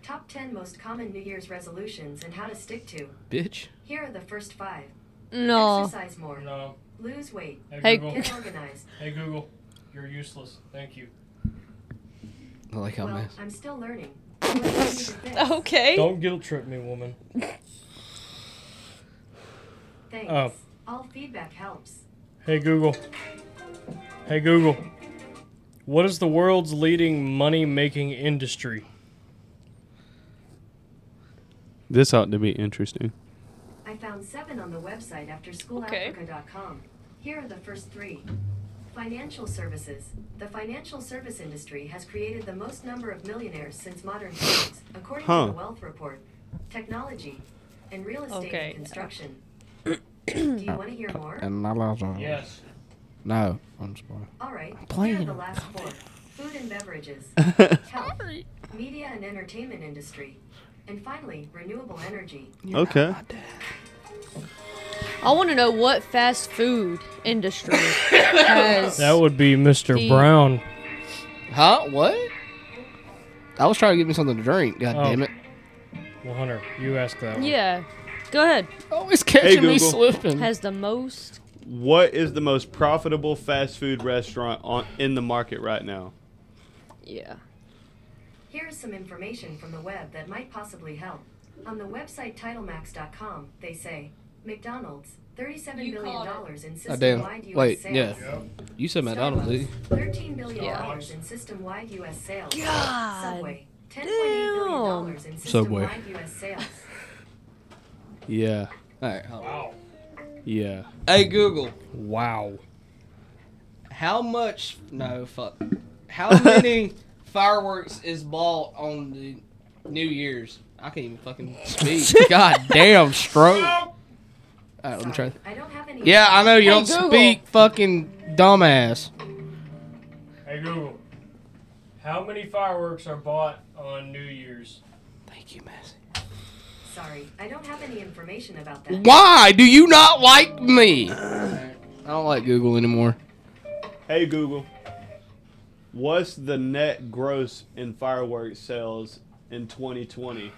F: Top 10 most common New Year's resolutions and how to stick to.
B: bitch.
F: Here are the first five
A: No.
F: exercise more,
C: No.
F: lose weight,
A: Hey-
C: Google.
F: get organized.
C: hey Google, you're useless. Thank you.
B: I like how
F: Well,
B: mess.
F: I'm still learning. What do I need to fix?
A: Oh. Okay.
C: Don't guilt trip me, woman.
F: Thanks.
C: Oh.
F: All feedback helps.
C: Hey Google. Hey Google. What is the world's leading money-making industry?
D: This ought to be interesting.
F: I found seven on the website after
A: Okay.
F: schoolafrica.com. Here are the first three. Financial services. The financial service industry has created the most number of millionaires since modern times, according
D: Huh.
F: to the Wealth Report. Technology and real estate
A: Okay.
F: and construction. Do you want to hear more?
B: And I love
C: Yes.
B: No, I'm spoiled.
F: All right. Here are
B: playing.
F: the last four. Food and beverages. Health. Media and entertainment industry. And finally, renewable energy.
D: okay.
A: I want to know what fast food industry has.
C: That would be Mr.
A: The-
C: Brown.
B: Huh? What? I was trying to get me something to drink. God
C: Oh.
B: damn it.
C: Well, Hunter, you ask that one.
A: Yeah. Go ahead.
B: Always Oh, catching me
D: Google.
B: slipping.
A: Has the most.
D: What is the most profitable fast food restaurant on, in the market right now?
A: Yeah.
F: Here is some information from the web that might possibly help. On the website titlemax.com, they say McDonald's, thirty-seven
A: You
F: billion
A: called it.
F: dollars in
B: Oh, damn.
F: system-wide U.S.
B: Wait,
F: sales.
B: yeah. You said McDonald's, did you?
F: Starbucks, Thirteen billion
A: Yeah.
F: dollars in system-wide U.S. sales.
A: God
F: Subway, ten point eight billion dollars in
B: Subway.
F: system-wide U.S. sales.
D: Yeah.
B: Alright, hold on.
D: Yeah.
B: Hey Google,
C: Wow.
B: how much no fuck. How many fireworks is bought on the New Year's? I can't even fucking speak. God damn stroke. Alright, let me try.
F: I don't have any.
B: Yeah, I know you
A: Hey,
B: don't
A: Google.
B: speak fucking dumbass.
C: Hey Google, how many fireworks are bought on New Year's?
B: Thank you, Massey.
F: Sorry, I don't have any information about that.
B: Why do you not like me? I don't like Google anymore.
D: Hey Google. What's the net gross in fireworks sales in 2020?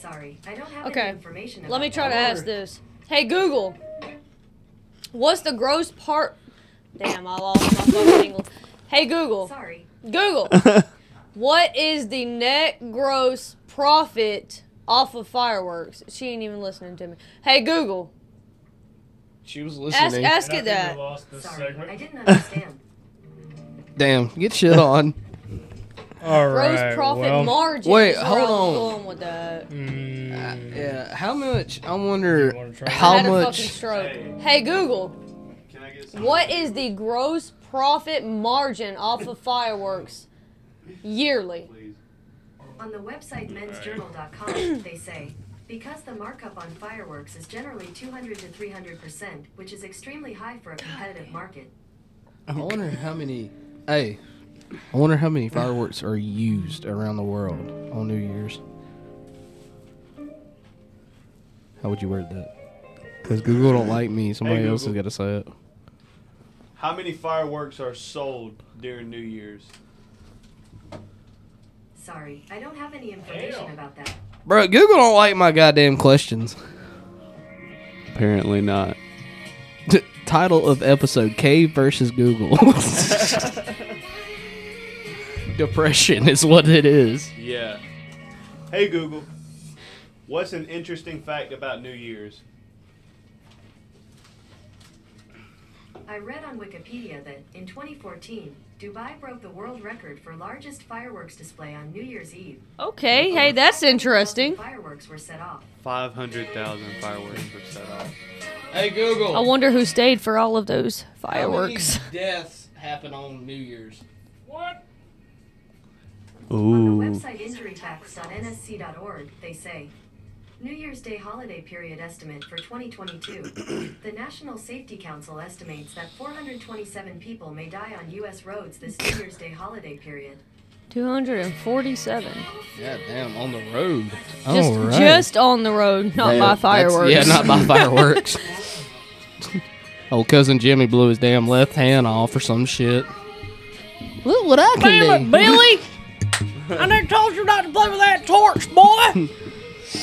F: Sorry, I don't have
A: Okay.
F: any information. About
A: Let me try to
F: that.
A: ask this. Hey Google, what's the gross part? Damn, I lost my fucking English. Hey Google,
F: Sorry,
A: Google, what is the net gross profit off of fireworks? She ain't even listening to me. Hey Google,
B: She was
A: ask
B: listening.
A: ask
C: And
A: it
C: I think we
A: that.
C: lost this
F: sorry, I
C: segment.
F: didn't understand.
B: Damn, get shit on.
C: All right.
A: Gross profit
C: well,
A: margin.
B: Wait,
A: is where
B: hold
A: I was
B: on.
A: Going with that.
C: mm,
B: Yeah, how much? I wonder
C: wanna try
A: I
B: how
A: had a fucking
B: much.
A: stroke.
D: Hey.
A: Hey Google,
D: Can I get
A: what is the gross profit margin off of fireworks yearly?
F: On the website mensjournal.com, they say, because the markup on fireworks is generally 200 to 300%, which is extremely high for a competitive market.
B: I wonder how many. Hey, I wonder how many fireworks are used around the world on New Year's. How would you word that? Because Google don't like me. Somebody else has
D: Google.
B: got to say it.
D: How many fireworks are sold during New Year's?
F: Sorry, I don't have any information
C: Damn.
F: about that.
B: Bro, Google don't like my goddamn questions.
D: Apparently not.
B: Title of episode: Cave versus Google. Depression is what it is.
D: Yeah. Hey Google. What's an interesting fact about New Year's?
F: I read on Wikipedia that, in 2014, Dubai broke the world record for largest fireworks display on New Year's Eve.
A: Okay, hey, that's
F: 500,000
A: interesting.
F: Fireworks were set off.
D: Five hundred thousand fireworks were set off.
B: Hey
A: I
B: Google.
A: wonder who stayed for all of those
B: how many
A: fireworks.
B: deaths happen on New Year's.
F: On the website injurytax.nsc.org, they say New Year's Day holiday period estimate for 2022. the National Safety Council estimates that 427 people may die on U.S. roads this New Year's Day holiday period.
A: 247.
B: Yeah, damn, on the road.
A: Just, just on the road, not by
B: Yeah, that's-
A: fireworks.
B: Yeah, not by fireworks. Old cousin Jimmy blew his damn left hand off or some shit. Look what I can do.
A: Billy! I never told you not to play with that torch, boy!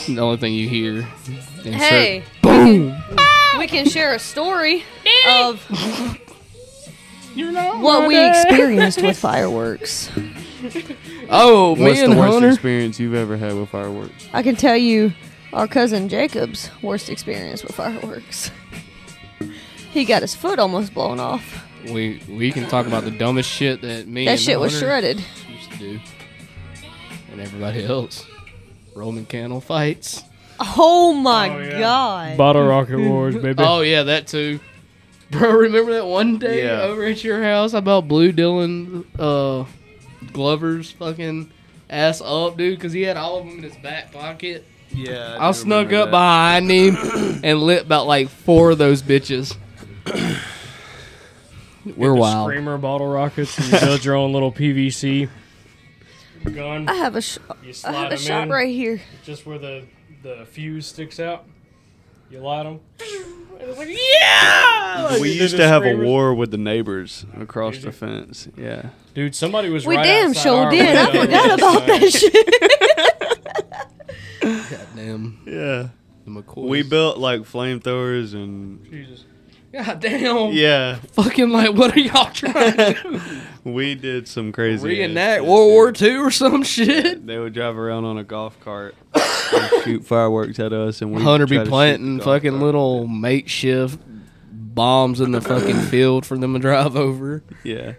B: The only thing you hear. Insert-
A: Hey. We can share a story of what we experienced with fireworks.
B: Oh,
D: What's
B: me and
D: the worst
B: Hunter.
D: experience you've ever had with fireworks?
A: I can tell you our cousin Jacob's worst experience with fireworks. He got his foot almost blown off.
B: We we can talk about the dumbest shit that me
A: That
B: and
A: shit was
B: Hunter
A: shredded.
B: used to do, and everybody else. Roman candle fights.
A: Oh my god.
C: Bottle Rocket Wars, baby.
B: Oh yeah, that too. Bro, remember that one day
D: Yeah.
B: over at your house about Blue Dylan uh, Glover's fucking ass up, dude, because he had all of them in his back pocket.
D: Yeah,
B: I, snuck up behind him and lit about like four of those bitches. We're
C: The
B: wild.
C: Screamer bottle rockets. And you build your own little PVC gun.
A: I have a sh-
C: You
A: I
C: slide
A: have Uh, a
C: them
A: shot
C: in
A: right here.
C: just where the the fuse sticks out. You light them. yeah!
D: We used to have a war with the neighbors across the fence. Yeah.
C: Dude, somebody was
A: We
C: right
A: damn
C: outside
A: sure
C: our
A: did. I
C: window.
A: forgot about that shit.
B: Goddamn,
D: Yeah.
B: the McCoys.
D: We built like flamethrowers and
C: Jesus.
B: Goddamn.
D: yeah,
B: Fucking like, what are y'all trying to do?
D: we did some crazy ass
B: reenact
D: shit,
B: World
D: dude.
B: War II or some shit?
D: They would drive around on a golf cart and shoot fireworks at us, and we
B: Hunter be planting fucking little makeshift bombs in the fucking field for them to drive over.
D: Yeah,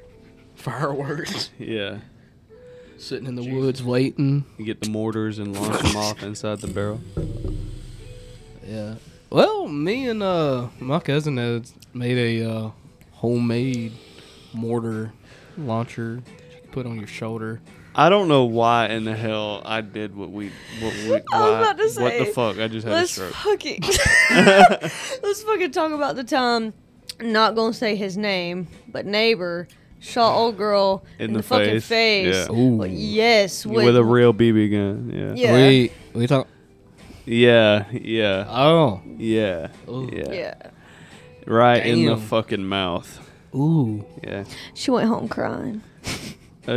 B: Fireworks.
D: yeah.
B: Sitting in the woods waiting.
D: You get the mortars and launch them off inside the barrel.
B: Yeah. Well, me and uh my cousin had made a uh, homemade mortar launcher you could put on your shoulder.
D: I don't know why in the hell I did what we what we why,
A: about to
D: what the
A: say,
D: fuck I just had a
A: Let's
D: stroke.
A: fucking let's fucking talk about the time. Not gonna say his name, but neighbor shot old girl in,
D: In
A: the,
D: the
A: fucking face.
D: face, yeah.
B: Ooh.
A: Well, yes, with,
D: With a real BB gun, yeah,
A: yeah,
B: We we talk
D: yeah, yeah,
B: Oh.
D: yeah,
B: Ooh.
D: yeah,
A: yeah.
D: right in the
B: Damn.
D: fucking mouth,
B: Ooh.
D: yeah,
A: She went home crying.
D: oh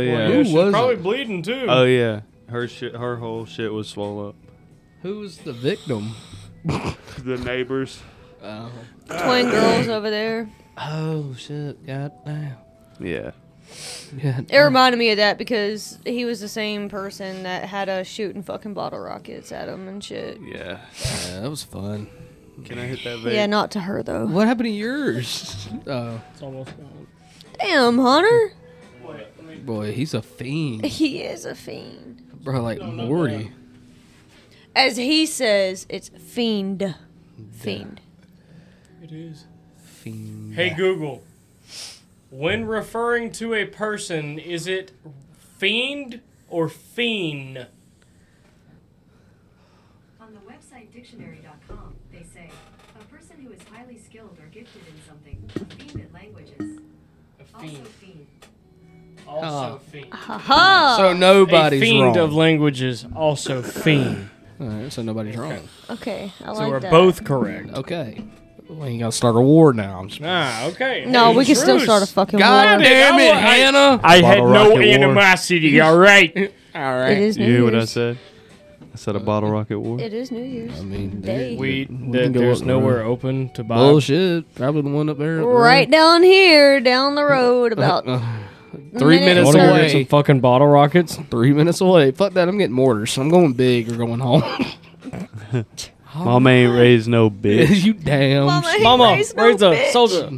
C: Yeah,
D: yeah,
B: Who
C: she's
B: was
C: probably
B: it?
C: bleeding too.
D: oh yeah, her shit, her whole shit was swole up.
B: Who was the victim?
D: The neighbors,
B: Oh.
A: Twin girls over there.
B: Oh shit, god damn.
D: yeah,
B: God
A: It reminded me of that because he was the same person that had us shooting fucking bottle rockets at him and shit.
D: yeah.
B: Yeah, that was fun.
D: Can I hit that vape?
A: Yeah, not to her though.
B: What happened to yours? Oh
C: It's almost
A: Damn, Hunter,
B: boy, he's a fiend,
A: he is a fiend.
B: bro. Like Morty.
A: As he says, it's fiend. Fiend.
C: It is.
B: Fiend.
C: Hey Google. When referring to a person, is it fiend or fiend?
F: On the website dictionary.com, they say a person who is highly skilled or gifted in something, a fiend at languages,
C: A
F: also
C: fiend.
F: fiend.
C: Also
B: Oh.
C: fiend.
A: Ha ha!
B: So nobody's
C: a fiend
B: wrong.
C: of languages, also fiend.
B: All right, so nobody's wrong.
A: okay, I
C: so
A: like
C: we're
A: that.
C: both correct.
B: Okay. We ain't gonna start a war now. I'm just-
C: Ah, okay.
A: No,
C: Hey,
A: we can still
C: truce.
A: start a fucking
B: God
A: war.
B: damn it,
C: I-
B: Hannah!
C: I had
D: Bottle
C: no
D: rocket war.
C: animosity. All right.
B: All
A: It
B: right.
A: is
D: You
A: New
D: hear what I
A: Year's.
D: said? I said a bottle rocket war.
A: It is New Year's.
B: I mean,
A: Day.
C: We
B: can
C: that
B: go
C: there's
B: up the
C: nowhere
B: road.
C: open to buy.
B: Bullshit. Probably the one up there. up the road.
A: Right down here, down the road, about
B: Three
A: minute
B: minutes
C: Want to
A: away.
C: go
B: away.
C: get some fucking bottle rockets?
B: Three minutes away. Fuck that. I'm getting mortars. I'm going big or going home.
D: Mama ain't raised no bitch.
B: you damn.
A: Mama,
B: s-
A: he raised no bitch.
C: soldier.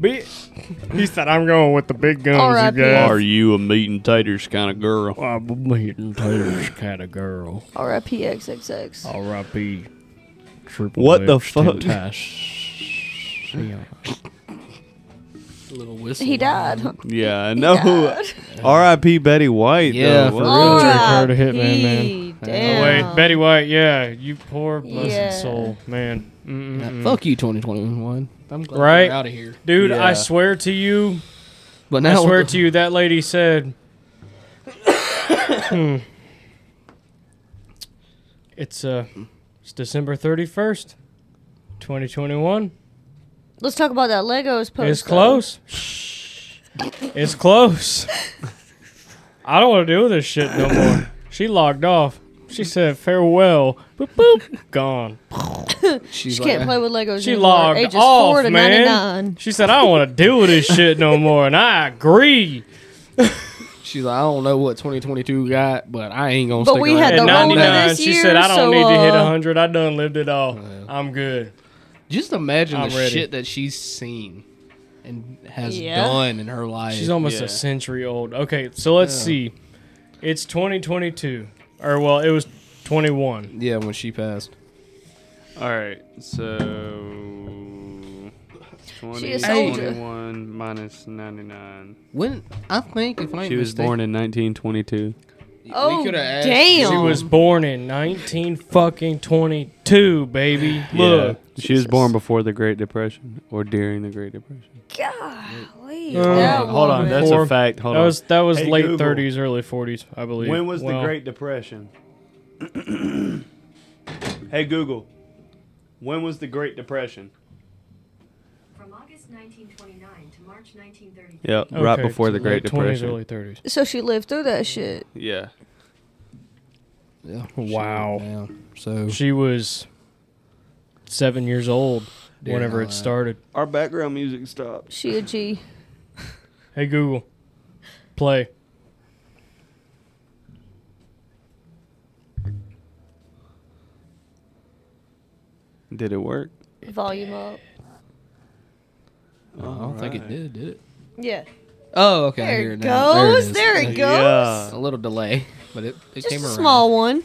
C: Be- he said, "I'm going with the big guns,
A: R.I.P..
C: you guys." Oh,
A: Are
D: you a meat and taters kind of girl?
C: I'm a meat and taters kind of girl.
A: R.I.P. XXX.
C: R.I.P. Triple
D: What the
C: X, ten
D: fuck?
C: times.
B: Little whistle.
A: He died.
D: Yeah, I know. R.I.P. Betty White.
B: Yeah,
D: though.
B: for
D: What?
B: real.
C: Hard to hit, man, man.
A: R.I.P.
C: Oh,
A: Damn.
C: wait, Betty White. Yeah, you poor blessed
A: Yeah.
C: soul, man. Mm-mm.
B: Yeah, Fuck you, 2021. I'm glad
C: Right?
B: you're out of here.
C: Dude, I
D: Yeah.
C: swear to you,
B: But
C: I
B: now,
C: swear to you, that lady said, Hmm. "It's uh, it's December thirty first, twenty twenty one.
A: Let's talk about that Legos post.
C: It's
A: though.
C: close. it's close. I don't want to do this shit no more." She logged off. She said farewell. Boop boop. Gone.
B: she's
A: She can't
B: like,
A: play with Legos
C: She
A: anymore.
C: logged
A: Ages
C: off,
A: four to
C: man.
A: 99.
C: She said, "I don't want to deal with this shit no more," and I agree.
B: She's like, I don't know what 2022 got, but I ain't gonna.
A: But
B: stick
A: we had
B: around.
A: the
C: At
A: roll of
C: 99,
A: this
C: she
A: year,
C: said, I don't
A: so,
C: need to hit
A: uh,
C: 100. I done lived it all. I'm good.
B: Just imagine
C: I'm
B: the
C: ready.
B: shit that she's seen and has
A: Yeah.
B: done in her life.
C: She's almost
D: yeah.
C: a century old. Okay, so let's see. It's 2022. Or, well, it was 21.
B: yeah, when she passed.
D: All right, so.
A: She a soldier.
D: 21 minus 99.
B: When I think if I ain't
D: She was
B: mistaken-
D: born in 1922.
A: Oh,
B: coulda asked-
A: damn.
C: She was born in 19 fucking 22, baby.
D: Yeah.
C: Look.
D: She was born before the Great Depression or during the Great Depression.
A: Golly.
C: Uh,
A: that
D: Hold on,
A: woman.
D: that's
C: Poor-
D: a fact. Hold
C: That
D: on.
C: was that was
D: Hey,
C: late
D: Google.
C: 30s, early 40s, I believe.
D: when was
C: Well,
D: the Great Depression? hey Google, when was the Great Depression?
F: From August 1929 to March 1933.
D: Yeah, right
C: okay,
D: before the
C: so
D: Great
C: late 20s,
D: Depression.
C: early 30s.
A: So she lived through that shit.
D: Yeah.
B: Yeah,
C: Wow.
B: Yeah. So
C: She was seven years old whenever it started.
D: Our background music stopped.
A: She a G.
C: Hey Google, play.
D: Did it work?
A: Volume up.
B: I don't think it did. Did it?
A: Yeah.
B: Oh, okay. I
A: There
B: hear
A: it
B: it now. There
A: goes.
B: is.
A: There it goes.
B: A little delay, but it, it
A: Just
B: came
A: a
B: around.
A: small one.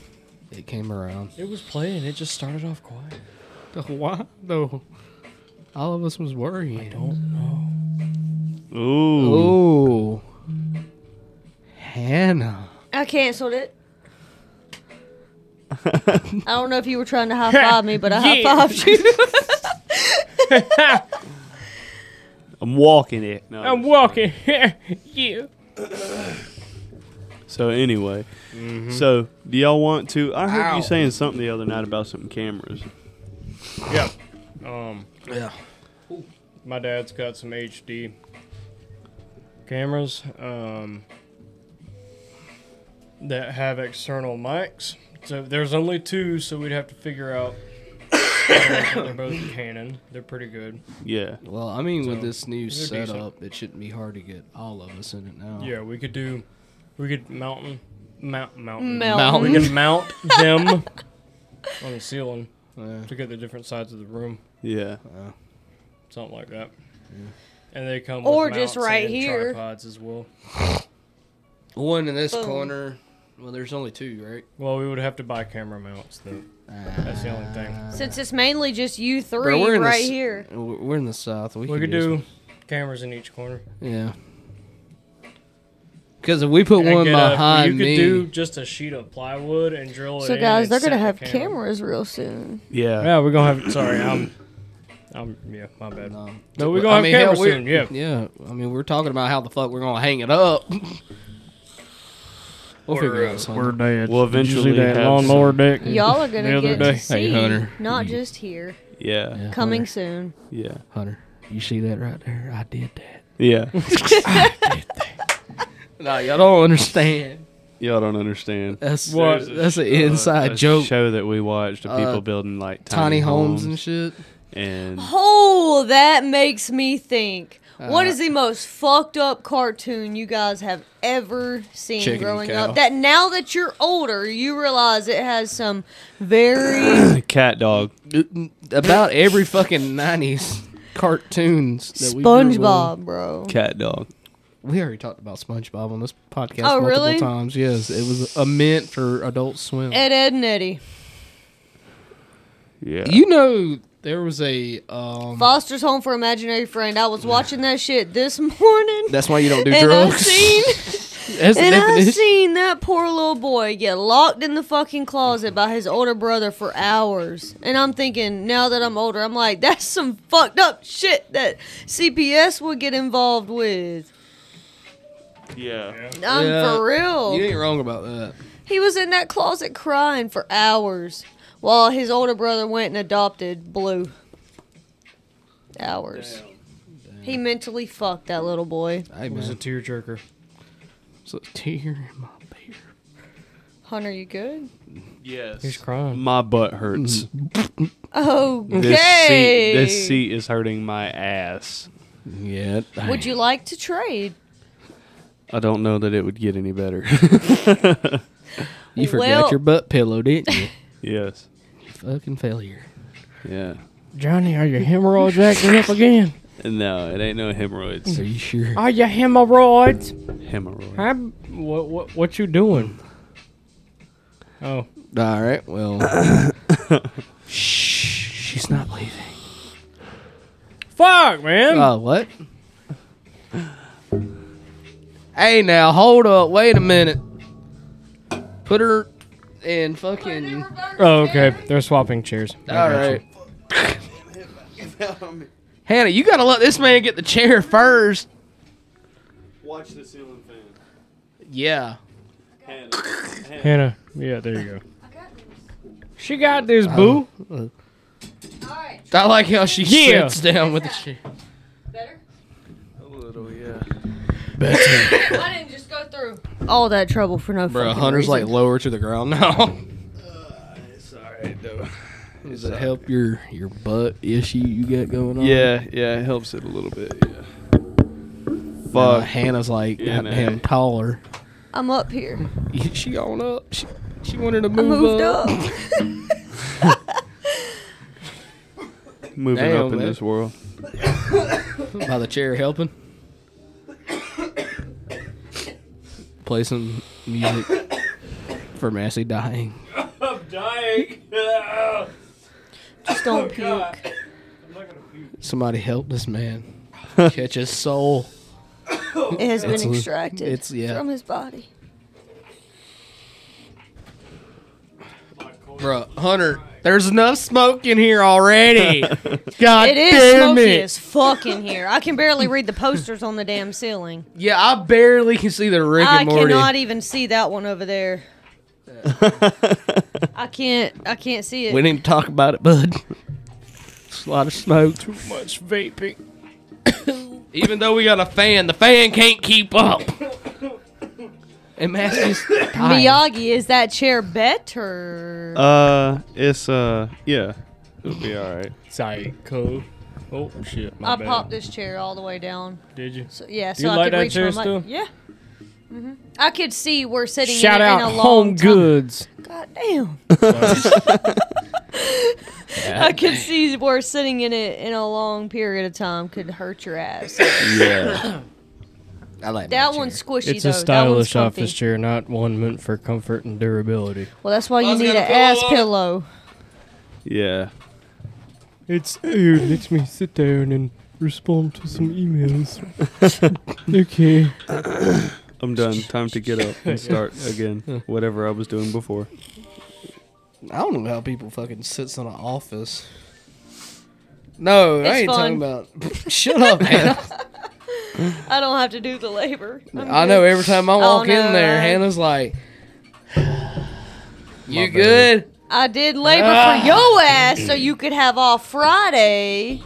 B: It came around.
C: It was playing. It just started off quiet.
B: Why though? All of us was worrying.
D: Yeah. Ooh.
B: Oh, Hannah.
A: I canceled it. I don't know if you were trying to high five me, but I
C: Yeah.
A: high fived you.
D: I'm walking it. No,
C: I'm
D: just-
C: walking. yeah.
D: So anyway, so do y'all want to? I heard you saying something the other night about some cameras.
C: Yep. Um.
B: Yeah.
C: My dad's got some HD cameras. Um. That have external mics. So there's only two, so we'd have to figure out. they're both Canon. They're pretty good.
D: Yeah.
B: Well, I mean, with
C: So,
B: this new
C: decent.
B: setup, it shouldn't be hard to get all of us in it now.
C: Yeah, we could do. We could mountain, mount, mountain,
A: Mountain.
C: We could mount them on the ceiling
B: Yeah.
C: to get the different sides of the room,
D: Yeah.
C: something like that. And they come
A: Or
C: with
A: just
C: mounts
A: right
C: and
A: here.
C: tripods as well.
B: One in this
A: Boom.
B: corner. Well, there's only two, right?
C: Well, we would have to buy camera mounts though. That's the only thing.
A: Since it's mainly just you three
B: Bro, we're in the
A: right
B: s-
A: here.
B: We're we're in the south. We,
C: We
B: can
C: could
B: some-
C: do cameras in each corner.
B: Yeah. Because if we put
C: And
B: one
C: get a-
B: behind
C: you
B: me,
C: could do just a sheet of plywood and drill it.
A: So
C: in
A: guys,
C: and
A: they're gonna
C: set the
A: have
C: camera.
A: cameras real soon.
D: Yeah.
C: Yeah, we're gonna have. Sorry, I'm. I'm. Yeah, my bad.
B: No.
C: No, we're gonna have cameras
B: hell, we're-
C: soon. Yeah.
B: Yeah. I mean, we're talking about how the fuck we're gonna hang it up. we'll figure
C: uh,
B: out something.
C: dead.
D: We'll
C: Did you see
D: eventually
C: that
D: have
C: lawnmower dick.
B: Mm-hmm.
A: Y'all are gonna
C: The other
A: get to
C: day.
A: see,
B: Hunter. Mm-hmm.
A: not just here,
D: Yeah.
A: coming soon.
D: Yeah.
B: Hunter, you see that right there? I did that.
D: Yeah.
B: No, y'all don't understand.
D: Y'all don't understand.
B: That's
C: What?
B: what. That's an inside
D: a
B: joke.
D: show that we watched of people
B: Uh,
D: building like tiny,
B: Tiny homes and
D: homes
B: shit.
D: and,
A: Oh, that makes me think. what
B: Uh,
A: is the most fucked up cartoon you guys have ever seen
B: Chicken
A: growing
B: and cow.
A: up? That now that you're older, you realize it has some very
D: cat dog.
B: About every fucking nineties cartoons that we grew up with.
A: SpongeBob, bro.
D: Cat dog.
B: We already talked about SpongeBob on this podcast
A: Oh,
B: multiple
A: really?
B: times. Yes, it was a mint for Adult Swim.
A: Ed, Ed, and Eddie.
D: Yeah.
B: you know, there was a um,
A: Foster's Home for Imaginary Friend. I was watching that shit this morning.
B: That's why you don't do
A: and I
B: drugs.
A: seen,
B: That's the
A: and I
B: definition.
A: seen that poor little boy get locked in the fucking closet by his older brother for hours. And I'm thinking, now that I'm older, I'm like, that's some fucked up shit that CPS would get involved with.
D: yeah.
A: I'm
B: Yeah.
A: for real.
B: You ain't wrong about that.
A: He was in that closet crying for hours while his older brother went and adopted Blue. Hours. He mentally fucked that little boy.
B: Hey,
C: It was a
B: man,
C: tearjerker.
B: it's a tear in my beer.
A: Hunter, you good?
C: He's
D: Yes.
C: crying.
D: My butt hurts.
A: Okay.
D: This seat, this seat is hurting my ass.
B: Yeah.
A: Would you like to trade?
D: I don't know that it would get any better.
B: You forgot
A: Well-
B: your butt pillow, didn't you?
D: yes.
B: Fucking failure.
D: Yeah.
C: Johnny, are your hemorrhoids acting up again?
D: No, it ain't no hemorrhoids.
B: Are you sure?
C: Are your hemorrhoids?
D: Hemorrhoid.
C: I. What? What? What you doing? Oh,
B: All right. Well. Shh. She's not leaving.
C: fuck, man.
B: Oh, what? hey, now hold up. Wait a minute. Put her in fucking.
C: oh, okay. They're swapping chairs. I
B: All
C: got you.
B: right. Hannah, you gotta let this man get the chair first.
D: Watch the ceiling fan.
B: Yeah.
C: Hannah. Yeah, there you go. She got this, boo.
A: Alright.
B: I like how she
C: Yeah.
B: sits down with the chair.
A: Better?
D: A little, yeah.
A: I didn't just go through all that trouble for no
B: Bro,
A: fucking
B: Hunter's like
A: reason.
B: lower to the ground now.
D: It's alright though.
B: Does it help your your butt issue you got going on?
D: Yeah, yeah, it helps it a little bit. Yeah.
B: Uh,
D: Fuck.
B: Hannah's like
D: Yeah,
B: goddamn
D: nah.
B: taller.
A: I'm up here.
B: she on up. She, she wanted to
A: I
B: move
A: moved
B: up.
A: up.
D: Moving
B: Damn,
D: up in
B: man.
D: this world.
B: By the chair helping. Play some music for Massey dying.
D: I'm dying.
C: Oh.
D: I'm
A: just don't puke.
D: not gonna puke.
B: Somebody help this man catch his soul.
A: It has
B: It's-
A: been extracted
B: it's- yeah.
A: from his body.
B: Bruh, Hunter, there's enough smoke in here already. God
A: It is
B: damn
A: smoky
B: it.
A: as fuck in here. I can barely read the posters on the damn ceiling.
B: Yeah, I barely can see the Rick
A: I
B: and Morty.
A: cannot e- even see that one over there. I can't. I can't see it.
B: We need to talk about it, bud. It's a lot of smoke. Too much vaping. Even though we got a fan, the fan can't keep up. And Massey's dying.
A: Miyagi, is that chair better?
D: Uh, it's uh, yeah, it'll be all right.
C: Psycho. Oh shit. My
A: I
C: bad.
A: popped this chair all the way down.
C: Did you?
A: So, yeah, so
C: you
A: I
C: like
A: could
C: that
A: reach
C: chair
A: my
C: still?
A: mic. Yeah. hmm I could see we're sitting
C: Shout
A: in, it
C: out
A: in a
C: Home
A: long time.
C: Goods.
A: God damn. I could see where sitting in it in a long period of time could hurt your ass.
D: Yeah,
B: I like my
A: That
B: chair.
A: one's squishy
C: It's
A: though.
C: a stylish
A: that one's comfy.
C: office chair, not one meant for comfort and durability.
A: Well, that's why you
B: Mom's
A: need an
B: got a pillow
A: ass
B: on it.
A: pillow.
D: yeah.
C: It's ew, let me sit down and respond to some emails. okay.
D: I'm done. Time to get up and start again. Whatever I was doing before.
G: I don't know how people fucking sits in an office. No, I
A: It's
G: ain't talking
A: fun.
G: about. Shut up, Hannah.
A: I don't have to do the labor. I'm
G: I know
A: good.
G: every time I walk
A: no,
G: in there,
A: I-
G: Hannah's like, "You good?"
A: I did labor
G: Ah.
A: for your ass so you could have off Friday.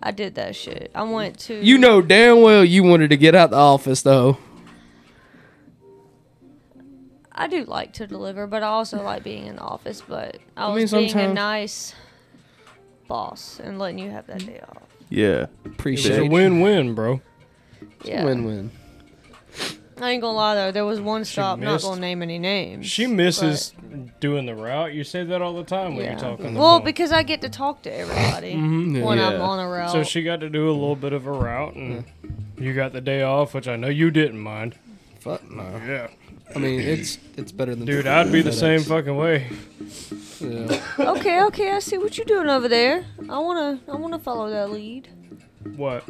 A: I did that shit. I went to.
G: You know damn well you wanted to get out the office though.
A: I do like to deliver, but I also like being in the office. But I
G: mean,
A: was being a
G: sometimes-
A: nice boss and letting you have that day off.
D: Yeah,
C: It's a
G: Appreciate it.
C: win win, bro.
A: Yeah.
G: Win win.
A: I ain't gonna lie though, there was one stop. Not
C: missed-
A: gonna name any names.
C: She misses doing the route. You say that all the time
A: but-
C: when
A: yeah.
C: you're talking. the
A: Well,
C: phone.
A: because I get to talk to everybody when I'm
D: Yeah.
A: on a route.
C: so she got to do a little bit of a route, and you got the day off, which I know you didn't mind.
B: Fuck no.
C: Yeah,
B: I mean, it's it's better than
C: dude, I'd be the same
B: FedEx.
C: fucking way.
B: Yeah.
A: okay, okay, I see what you're doing over there. I wanna, I wanna follow that lead.
C: What?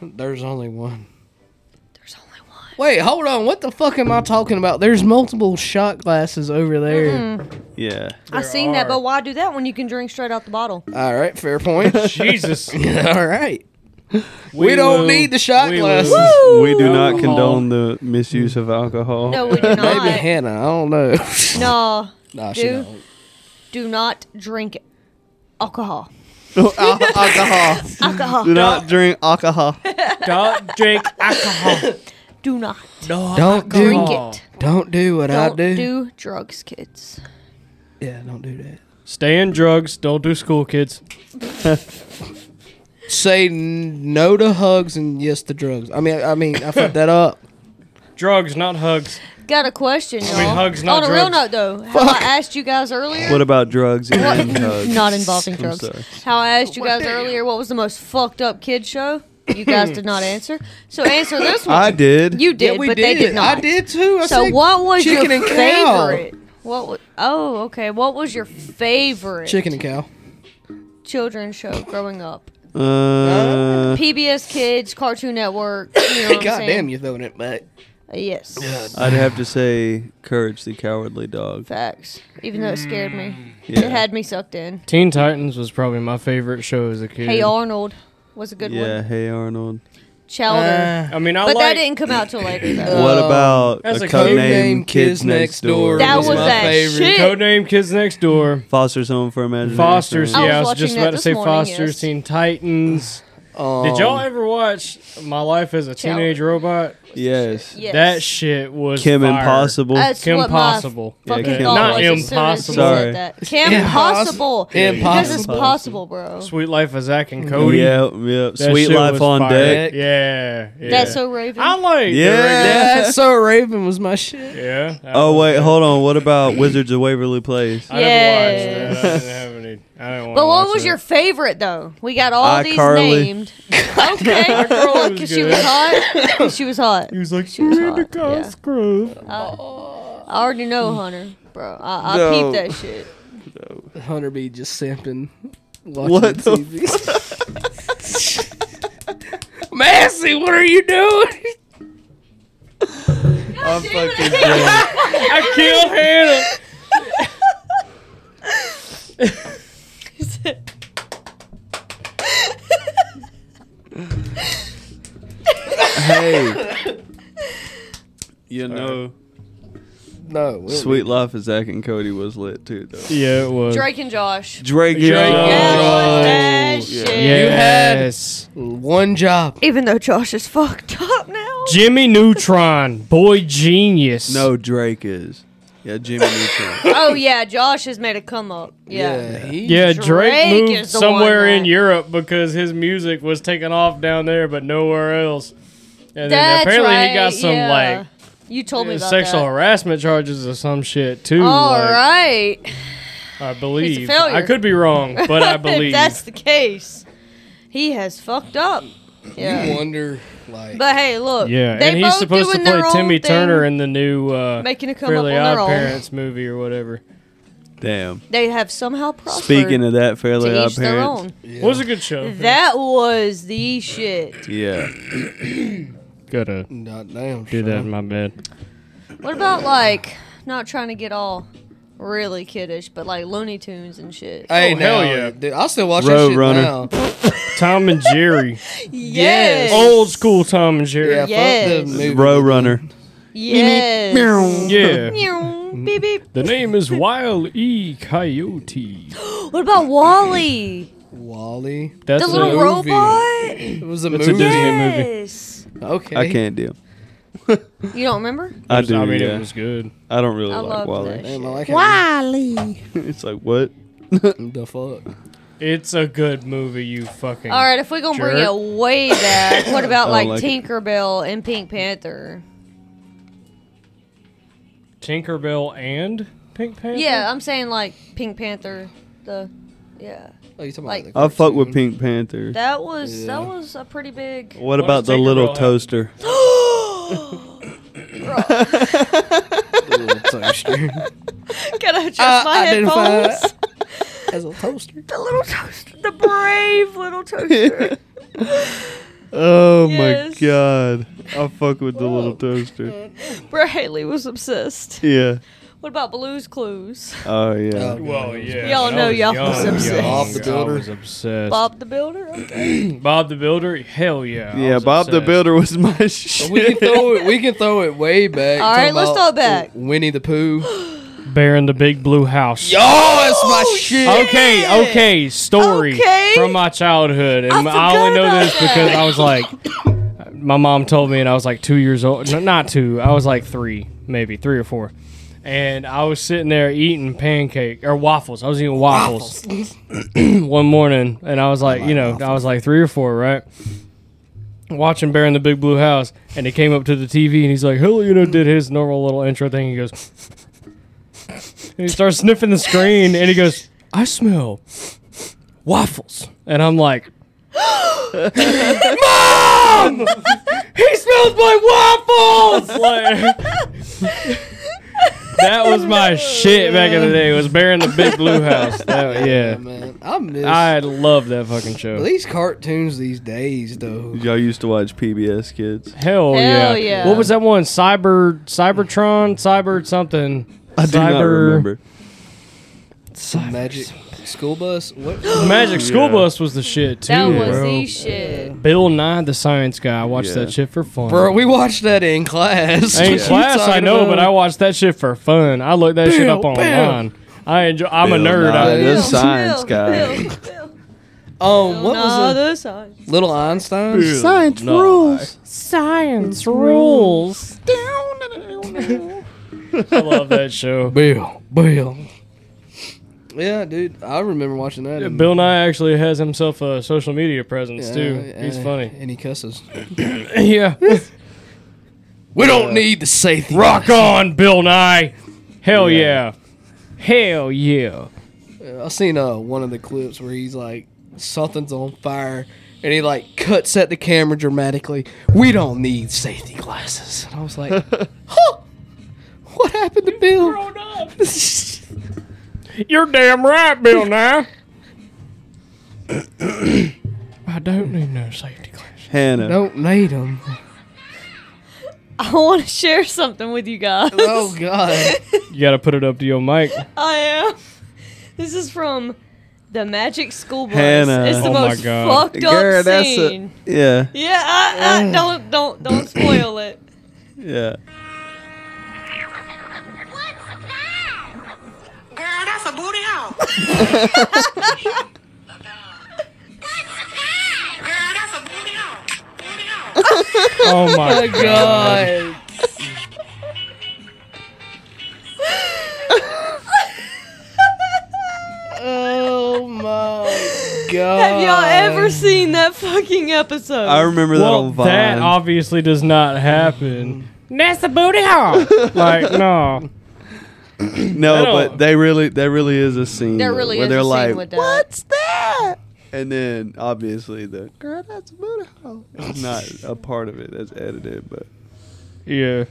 B: There's only one.
A: There's only one.
B: Wait, hold on. What the fuck am I talking about? There's multiple shot glasses over there.
D: Yeah.
A: Hmm, I seen that,
C: are.
A: but why do that when you can drink straight out the bottle?
B: All right, fair point.
C: Jesus,
B: All right. We, don't
C: will-
B: need the shot
C: we will.
B: glasses.
D: We do not
B: Alcohol.
D: condone the misuse of alcohol.
A: No, we do
B: Maybe
A: not.
B: Hannah. I don't know.
A: no,
B: nah, she
A: do
B: don't.
A: do not drink alcohol.
B: Al- alcohol.
A: Alcohol.
D: Do not drink alcohol.
C: don't drink alcohol.
A: Do not
B: Don't do.
A: drink
D: Oh,
A: it.
B: Don't do what I
A: Don't
B: do.
A: do. drugs, kids.
B: Yeah, don't do that.
C: Stay in drugs. Don't do school, kids.
B: Say n- no to hugs and yes to drugs. I mean, I mean, I fucked that up.
C: Drugs, not hugs.
A: Got a question, y'all.
C: mean, hugs, not
A: On a real note,
C: drugs.
A: though, how I asked you guys earlier.
D: What about drugs and drugs?
A: not involving
D: I'm
A: drugs.
D: sorry.
A: How I asked you guys earlier what was the most fucked up kid show. You guys did not answer. So answer this one.
D: I did.
A: You did,
B: yeah, we
A: but they did not.
B: I did too. I
A: So
B: said
A: what was your
B: chicken and cow.
A: favorite? What was? Oh, okay. What was your favorite
B: Chicken and cow.
A: children's show growing up?
D: Uh,
A: PBS Kids, Cartoon Network. You know what I'm
B: God damn,
A: saying?
B: you throwing it back.
A: Uh, Yes.
D: I'd have to say Courage the Cowardly Dog.
A: Facts. Even though it scared me,
D: Mm, Yeah.
A: it had me sucked in.
C: Teen Titans was probably my favorite show as a kid.
A: Hey Arnold was a good
D: yeah,
A: one.
D: Hey Arnold.
A: Chowder.
B: uh,
C: I mean, I
A: but that
C: like.
A: didn't come out till later though.
D: What about
C: that's
D: a
C: a
D: code
C: code
D: name Kids Next Door?
A: That was
B: my
A: that
B: favorite.
A: shit.
C: Codename Kids Next Door.
D: Foster's Home for Imagination.
C: Foster's.
A: I
C: yeah, I
A: was
C: was just
A: watching that
C: about to
A: this
C: say
A: morning,
C: Foster's
A: yes.
C: Teen Titans.
B: Um,
C: Did y'all ever watch My Life as a
A: Chowder.
C: Teenage Robot?
D: Yes.
A: Yes.
C: That shit was
D: Kim
C: fire.
D: Impossible.
A: That's
C: Kim
A: what
C: Possible.
A: My fucking
D: Yeah, Kim
A: thought
D: Not
A: was as soon as he
C: impossible.
A: said
D: Sorry.
A: that. Kim
B: Impossible.
A: Possible. Because it's
D: Impossible.
A: possible, bro.
C: Sweet Life of Zach and Cody.
D: Mm-hmm. Yeah, yeah.
C: That
D: Sweet
C: shit
D: Life
C: was
D: on
C: fire.
D: Deck.
C: Yeah, yeah.
A: That's so Raven.
C: I like. the
D: Yeah.
B: That's so Raven was my shit.
C: regular- Yeah. that
D: Oh
C: was-
D: wait, hold on. What about Wizards of Waverly Place?
C: I never
A: Yes.
C: watched that. I didn't have any. I didn't want
A: but what was your favorite though? We got all these
D: iCarly.
A: named. Okay,
C: iCarly was
A: because she
C: good.
A: was hot. 'Cause she was hot.
D: He was like,
A: She was hot. Yeah. Uh, I already know Hunter, bro. I, I peeped
D: No.
A: that shit.
B: Hunter B just simping. Watching
D: What the
B: TV. Massey, what are you doing?
D: I'm fucking dead.
C: I killed Hannah.
D: Hey. You know,
B: No, we don't
D: Sweet Life of Zach and Cody was lit too, though.
C: Yeah, it was.
A: Drake and Josh.
D: Drake,
C: Drake.
A: Yeah,
C: Oh,
A: that shit.
C: Yes.
B: need One job.
A: Even though Josh is fucked up now.
C: Jimmy Neutron, boy genius.
D: No, Drake is. Yeah, Jimmy Neutron.
A: oh yeah, Josh has made a come up. Yeah.
B: he,
C: Yeah,
A: Drake
C: Drake,
A: is
C: moved
A: the
C: somewhere
A: one that-
C: in Europe because his music was taken off down there, but nowhere else. And then
A: That's
C: apparently
A: right.
C: he got some
A: yeah.
C: like
A: you told me about
C: sexual
A: that.
C: harassment charges or some shit too.
A: All
C: like,
A: right.
C: I believe.
A: failure.
C: I could be wrong, but I
A: if
C: believe.
A: that's the case, he has fucked up. Yeah.
B: wonder like
A: But hey, look.
C: yeah,
A: they
C: and he's
A: both
C: supposed to
A: doing their
C: play
A: own
C: Timmy
A: thing,
C: Turner in the new uh,
A: making a come
C: Fairly
A: up on
C: Odd
A: their own.
C: Parents movie or whatever.
D: Damn.
A: They have somehow prospered.
D: Speaking of that, Fairly
A: to
D: Odd
A: each their
D: Parents.
A: own.
C: What was a good show.
A: That was the shit.
D: Yeah.
C: Gotta
B: God damn
C: do that
B: son.
C: in my bed.
A: What about like not trying to get all really kiddish, but like Looney Tunes and shit?
D: Uh,
B: Hey,
C: Oh, hell
B: now,
C: yeah.
B: dude, I'll still watch
D: Road
B: that shit
D: Runner.
B: now.
C: Tom and Jerry,
A: yes.
C: old school Tom and
B: Yeah,
C: Jerry.
A: Yes.
B: fuck the movie.
D: Row Runner.
A: Yes.
C: Yeah.
A: Meow, beep, beep.
C: The name is Wild E. Coyote.
A: What about Wally?
B: Wally.
C: That's
A: The little
C: a,
B: movie.
A: robot?
B: It was a
C: That's a
B: movie.
C: Disney movie.
A: Yes.
B: Okay.
D: I can't deal.
A: You don't remember?
D: I
C: It was-
D: do.
C: I mean,
D: yeah.
C: it was good.
D: I don't really
A: I
D: like
A: love
D: Wally.
A: that.
B: Damn, I like
A: Wally.
D: it's like what?
B: how- the fuck.
C: It's a good movie, you fucking.
A: All right, if we're gonna bring
C: jerk.
A: it way back, what about
D: I
A: like,
D: like it.
A: Tinkerbell and Pink Panther?
C: Tinkerbell and Pink Panther?
A: Yeah, I'm saying like Pink Panther. The yeah,
B: Oh, you talking
A: Like-
B: about? the
D: I fuck with
B: cartoon?
D: Pink Panther.
A: that was
B: Yeah.
A: that was a pretty big.
D: What
C: does
D: about the
C: Tinkerbell
D: little
C: have?
D: toaster?
B: Little toaster.
A: Can I adjust
B: Uh,
A: my
B: identify
A: headphones?
B: As a toaster.
A: the little toaster, the brave little toaster.
D: Oh
A: Yes.
D: my god. I fuck with the little toaster.
A: Brad Haley was obsessed.
D: Yeah.
A: What about Blue's Clues?
D: Oh yeah.
B: Oh,
C: Well, yeah.
A: Y'all
C: when I
A: know
C: was
A: y'all
C: young,
A: was obsessed.
B: Bob the Builder.
C: I was obsessed. Bob,
A: Bob the Builder. Okay.
C: the Builder? Hell yeah. I
D: yeah,
C: was
D: Bob the
C: obsessed.
D: Builder was my
B: We can
D: shit.
B: throw it. We can throw it way back.
A: All
B: Talking
A: right, let's
B: about
A: throw it back.
B: Winnie the Pooh.
C: Bear in the Big Blue House.
B: Yo, that's my
A: Oh,
B: shit.
C: Okay, okay, story
A: Okay.
C: from my childhood, and
A: I
C: I, only
A: forgot
C: know
A: about
C: this
A: that.
C: because I was like, my mom told me, and I was like two years old, no, not two, I was like three, maybe three or four, and I was sitting there eating pancake or waffles. I was eating waffles, one morning, and I was like, you know, I was like three or four, right? Watching Bear in the Big Blue House, and he came up to the TV, and he's like, "Hello," you know, did his normal little intro thing. He goes. And he starts sniffing the screen and he goes, I smell waffles. And I'm like, Mom! He smells my waffles! Like, that was my shit back in the day. was Bear in the Big Blue House. That- yeah.
B: man, I miss
C: I love that fucking show.
B: these cartoons these days, though.
D: Y'all used to watch PBS Kids.
C: Hell,
A: Hell
C: yeah.
A: yeah.
C: What was that one? Cyber, Cybertron, Cyber something.
D: I do not
C: Cyber-
D: remember.
B: Magic School Bus. What?
C: Magic School
D: Yeah.
C: Bus was the shit too.
A: That was
C: bro.
A: the shit.
C: Bill Nye the Science Guy. I watched
D: Yeah.
C: that shit for fun.
B: Bro, we watched that in class.
C: in
B: What you
C: class, I
B: talking
C: know, but I
B: about?
C: watched that shit for fun. I looked that shit
B: Bill,
C: up online.
B: Bill.
C: I enjoy. I'm a
D: Bill
C: nerd.
D: Nye.
C: I,
D: Yeah,
A: Bill,
D: that's science
A: Bill,
D: guy.
A: Bill, Bill.
B: Um, what
A: Nah,
B: was it?
A: that's science.
B: Little Einstein.
D: Science rules.
C: Science rules. I love that show.
B: Bill. Bill. Yeah, dude, I remember watching that. in-
C: Bill Nye actually has himself a social media presence
B: Yeah,
C: too. He's
B: and-
C: funny.
B: and he cusses.
C: yeah.
B: We don't need to say things.
C: Rock on, Bill Nye. Hell yeah. Hell yeah.
B: I seen uh, one of the clips where he's like, something's on fire, and he like cuts at the camera dramatically. We don't need safety glasses. And I was like, huh, what happened to Bill?
C: You're damn right, Bill Nye. I don't need no safety glasses.
D: Hannah.
B: don't need him.
A: I want to share something with you guys.
B: Oh God.
C: You gotta put it up to your mic.
A: I am. This is from the Magic School Bus.
D: Hannah.
A: It's the
C: Oh my
A: most
C: God.
A: fucked up
D: Girl, that's a- Mm.
A: scene.
D: yeah.
A: Yeah, I, I, don't don't don't spoil it.
D: Yeah.
H: Girl, that's a booty hole. Girl, that's a booty hole. Booty hole.
C: Oh my god.
B: God. oh my
C: Oh.
B: God.
A: Have y'all ever seen that fucking episode?
D: I remember that
C: Well,
D: on Vine.
C: that obviously does not happen. That's a booty hole. like no,
D: no,
C: that don't-
D: but they really, that really is a scene
A: there really
D: where
A: is
D: they're
A: a
D: like,
A: scene with that. What?
D: and then obviously the girl that's a booty hole. It's not a part of it that's edited, but
C: yeah.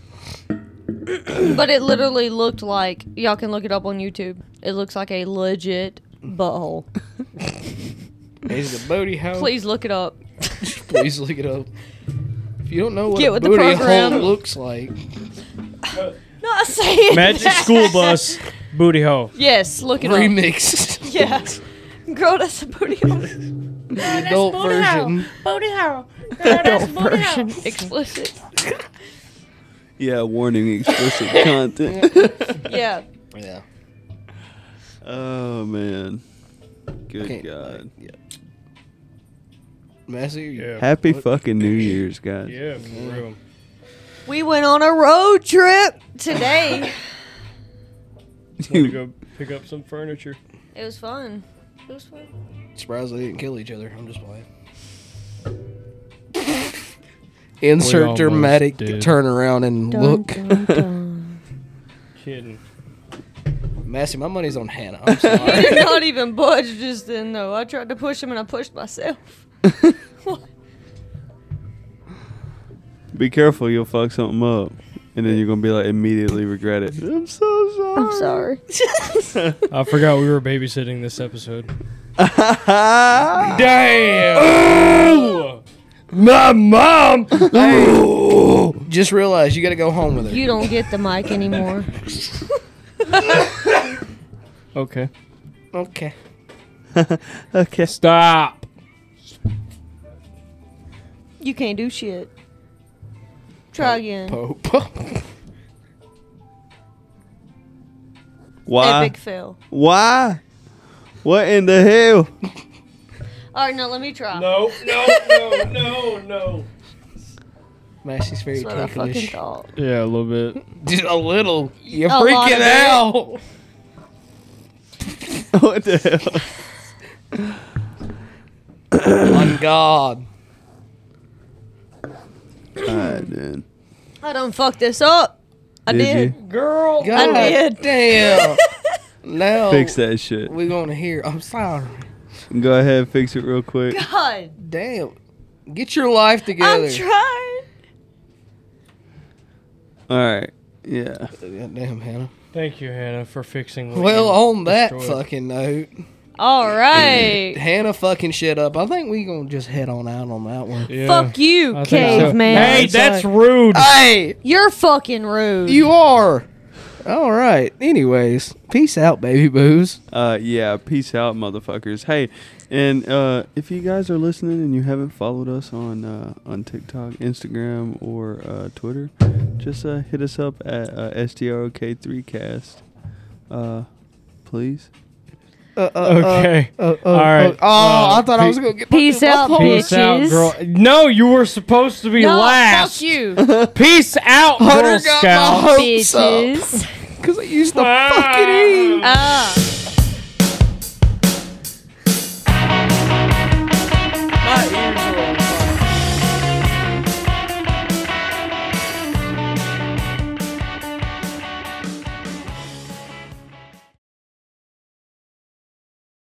A: But it literally looked like y'all can look it up on YouTube. It looks like a legit butthole.
B: He's a booty hoe.
A: Please look it up.
B: Please look it up. If you don't know what
A: Get
B: a
A: with the
B: booty
A: program.
B: hole looks like,
A: Not saying
C: Magic
A: that.
C: school bus booty hole.
A: Yes, look it up.
B: remixed
A: Yeah. Girl, that's a booty hole.
B: adult version.
A: Explicit.
D: yeah, warning explicit content.
A: Yeah.
B: Yeah.
D: Oh man, good
B: Okay.
D: God!
B: Yeah. Massey, yeah.
D: Happy fucking New Year's, guys.
C: Yeah, for real.
A: We went on a road trip today.
C: Wanted to go pick up some furniture.
A: it was fun. It was fun.
B: Surprised they didn't kill each other. I'm just playing. Insert
C: almost
B: dramatic
C: did.
B: turnaround and
A: Dun,
B: look.
A: dun, dun.
C: Kidding.
B: Massey, my money's on Hannah. I'm sorry.
A: You're not even budged just then, though. I tried to push him and I pushed myself.
D: Be careful, you'll fuck something up. And then you're gonna be like immediately regret it. I'm so sorry.
A: I'm sorry.
C: I forgot we were babysitting this episode. Damn! My mom!
B: just realize you got to go home with her.
A: you don't get the mic anymore.
C: Okay.
B: okay.
D: Okay.
C: Stop!
A: You can't do shit. Try again.
B: Pope.
D: Why?
A: Epic fail.
D: Why? What in the hell?
A: All right, now let me try.
C: No, no, no, no, no.
B: Massey's very
A: That's what I fucking
B: ticklish.
A: thought. Oh,
C: Yeah, a little bit.
B: Just a little. You're
A: A lot of it.
B: freaking out.
D: What the hell?
B: On Oh God.
D: Alright, then.
A: I done fucked this up. I
D: Did
A: did. Girl,
B: God
A: I did.
B: damn. now
D: Fix that shit.
B: we're going to hear. I'm sorry.
D: Go ahead, fix it real quick.
A: God.
B: Damn. Get your life together.
A: I'm trying.
D: Alright. Yeah.
B: God damn, Hannah.
C: Thank you, Hannah, for fixing. what
B: Well, oh
C: you
B: on that
C: destroyed.
B: fucking note,
A: All right.
B: Hannah fucking shit up. I think we gonna just head on out on that one.
C: Yeah.
A: Fuck you,
C: I think so.
A: caveman.
C: Hey, that's rude.
B: uh, Hey,
A: You're fucking rude.
B: you are. All right. Anyways, peace out, baby boos.
D: Uh yeah, peace out, motherfuckers. Hey, and uh if you guys are listening and you haven't followed us on uh on TikTok, Instagram, or uh Twitter, just uh hit us up at uh, SDROK3cast. Uh please.
B: Uh, uh,
C: Okay.
B: Uh, uh,
C: All right.
B: uh, oh, I
C: Uh,
B: thought I was
C: pe-
B: gonna get.
A: Peace out,
C: Peace out,
A: bitches.
C: girl. No, you were supposed to be
A: No,
C: last.
A: fuck you,
C: Peace out, Girl
B: Hunter got my
C: Scout.
B: hopes up
A: bitches.
B: because I used the
C: Ah.
B: fucking E.
A: Ah.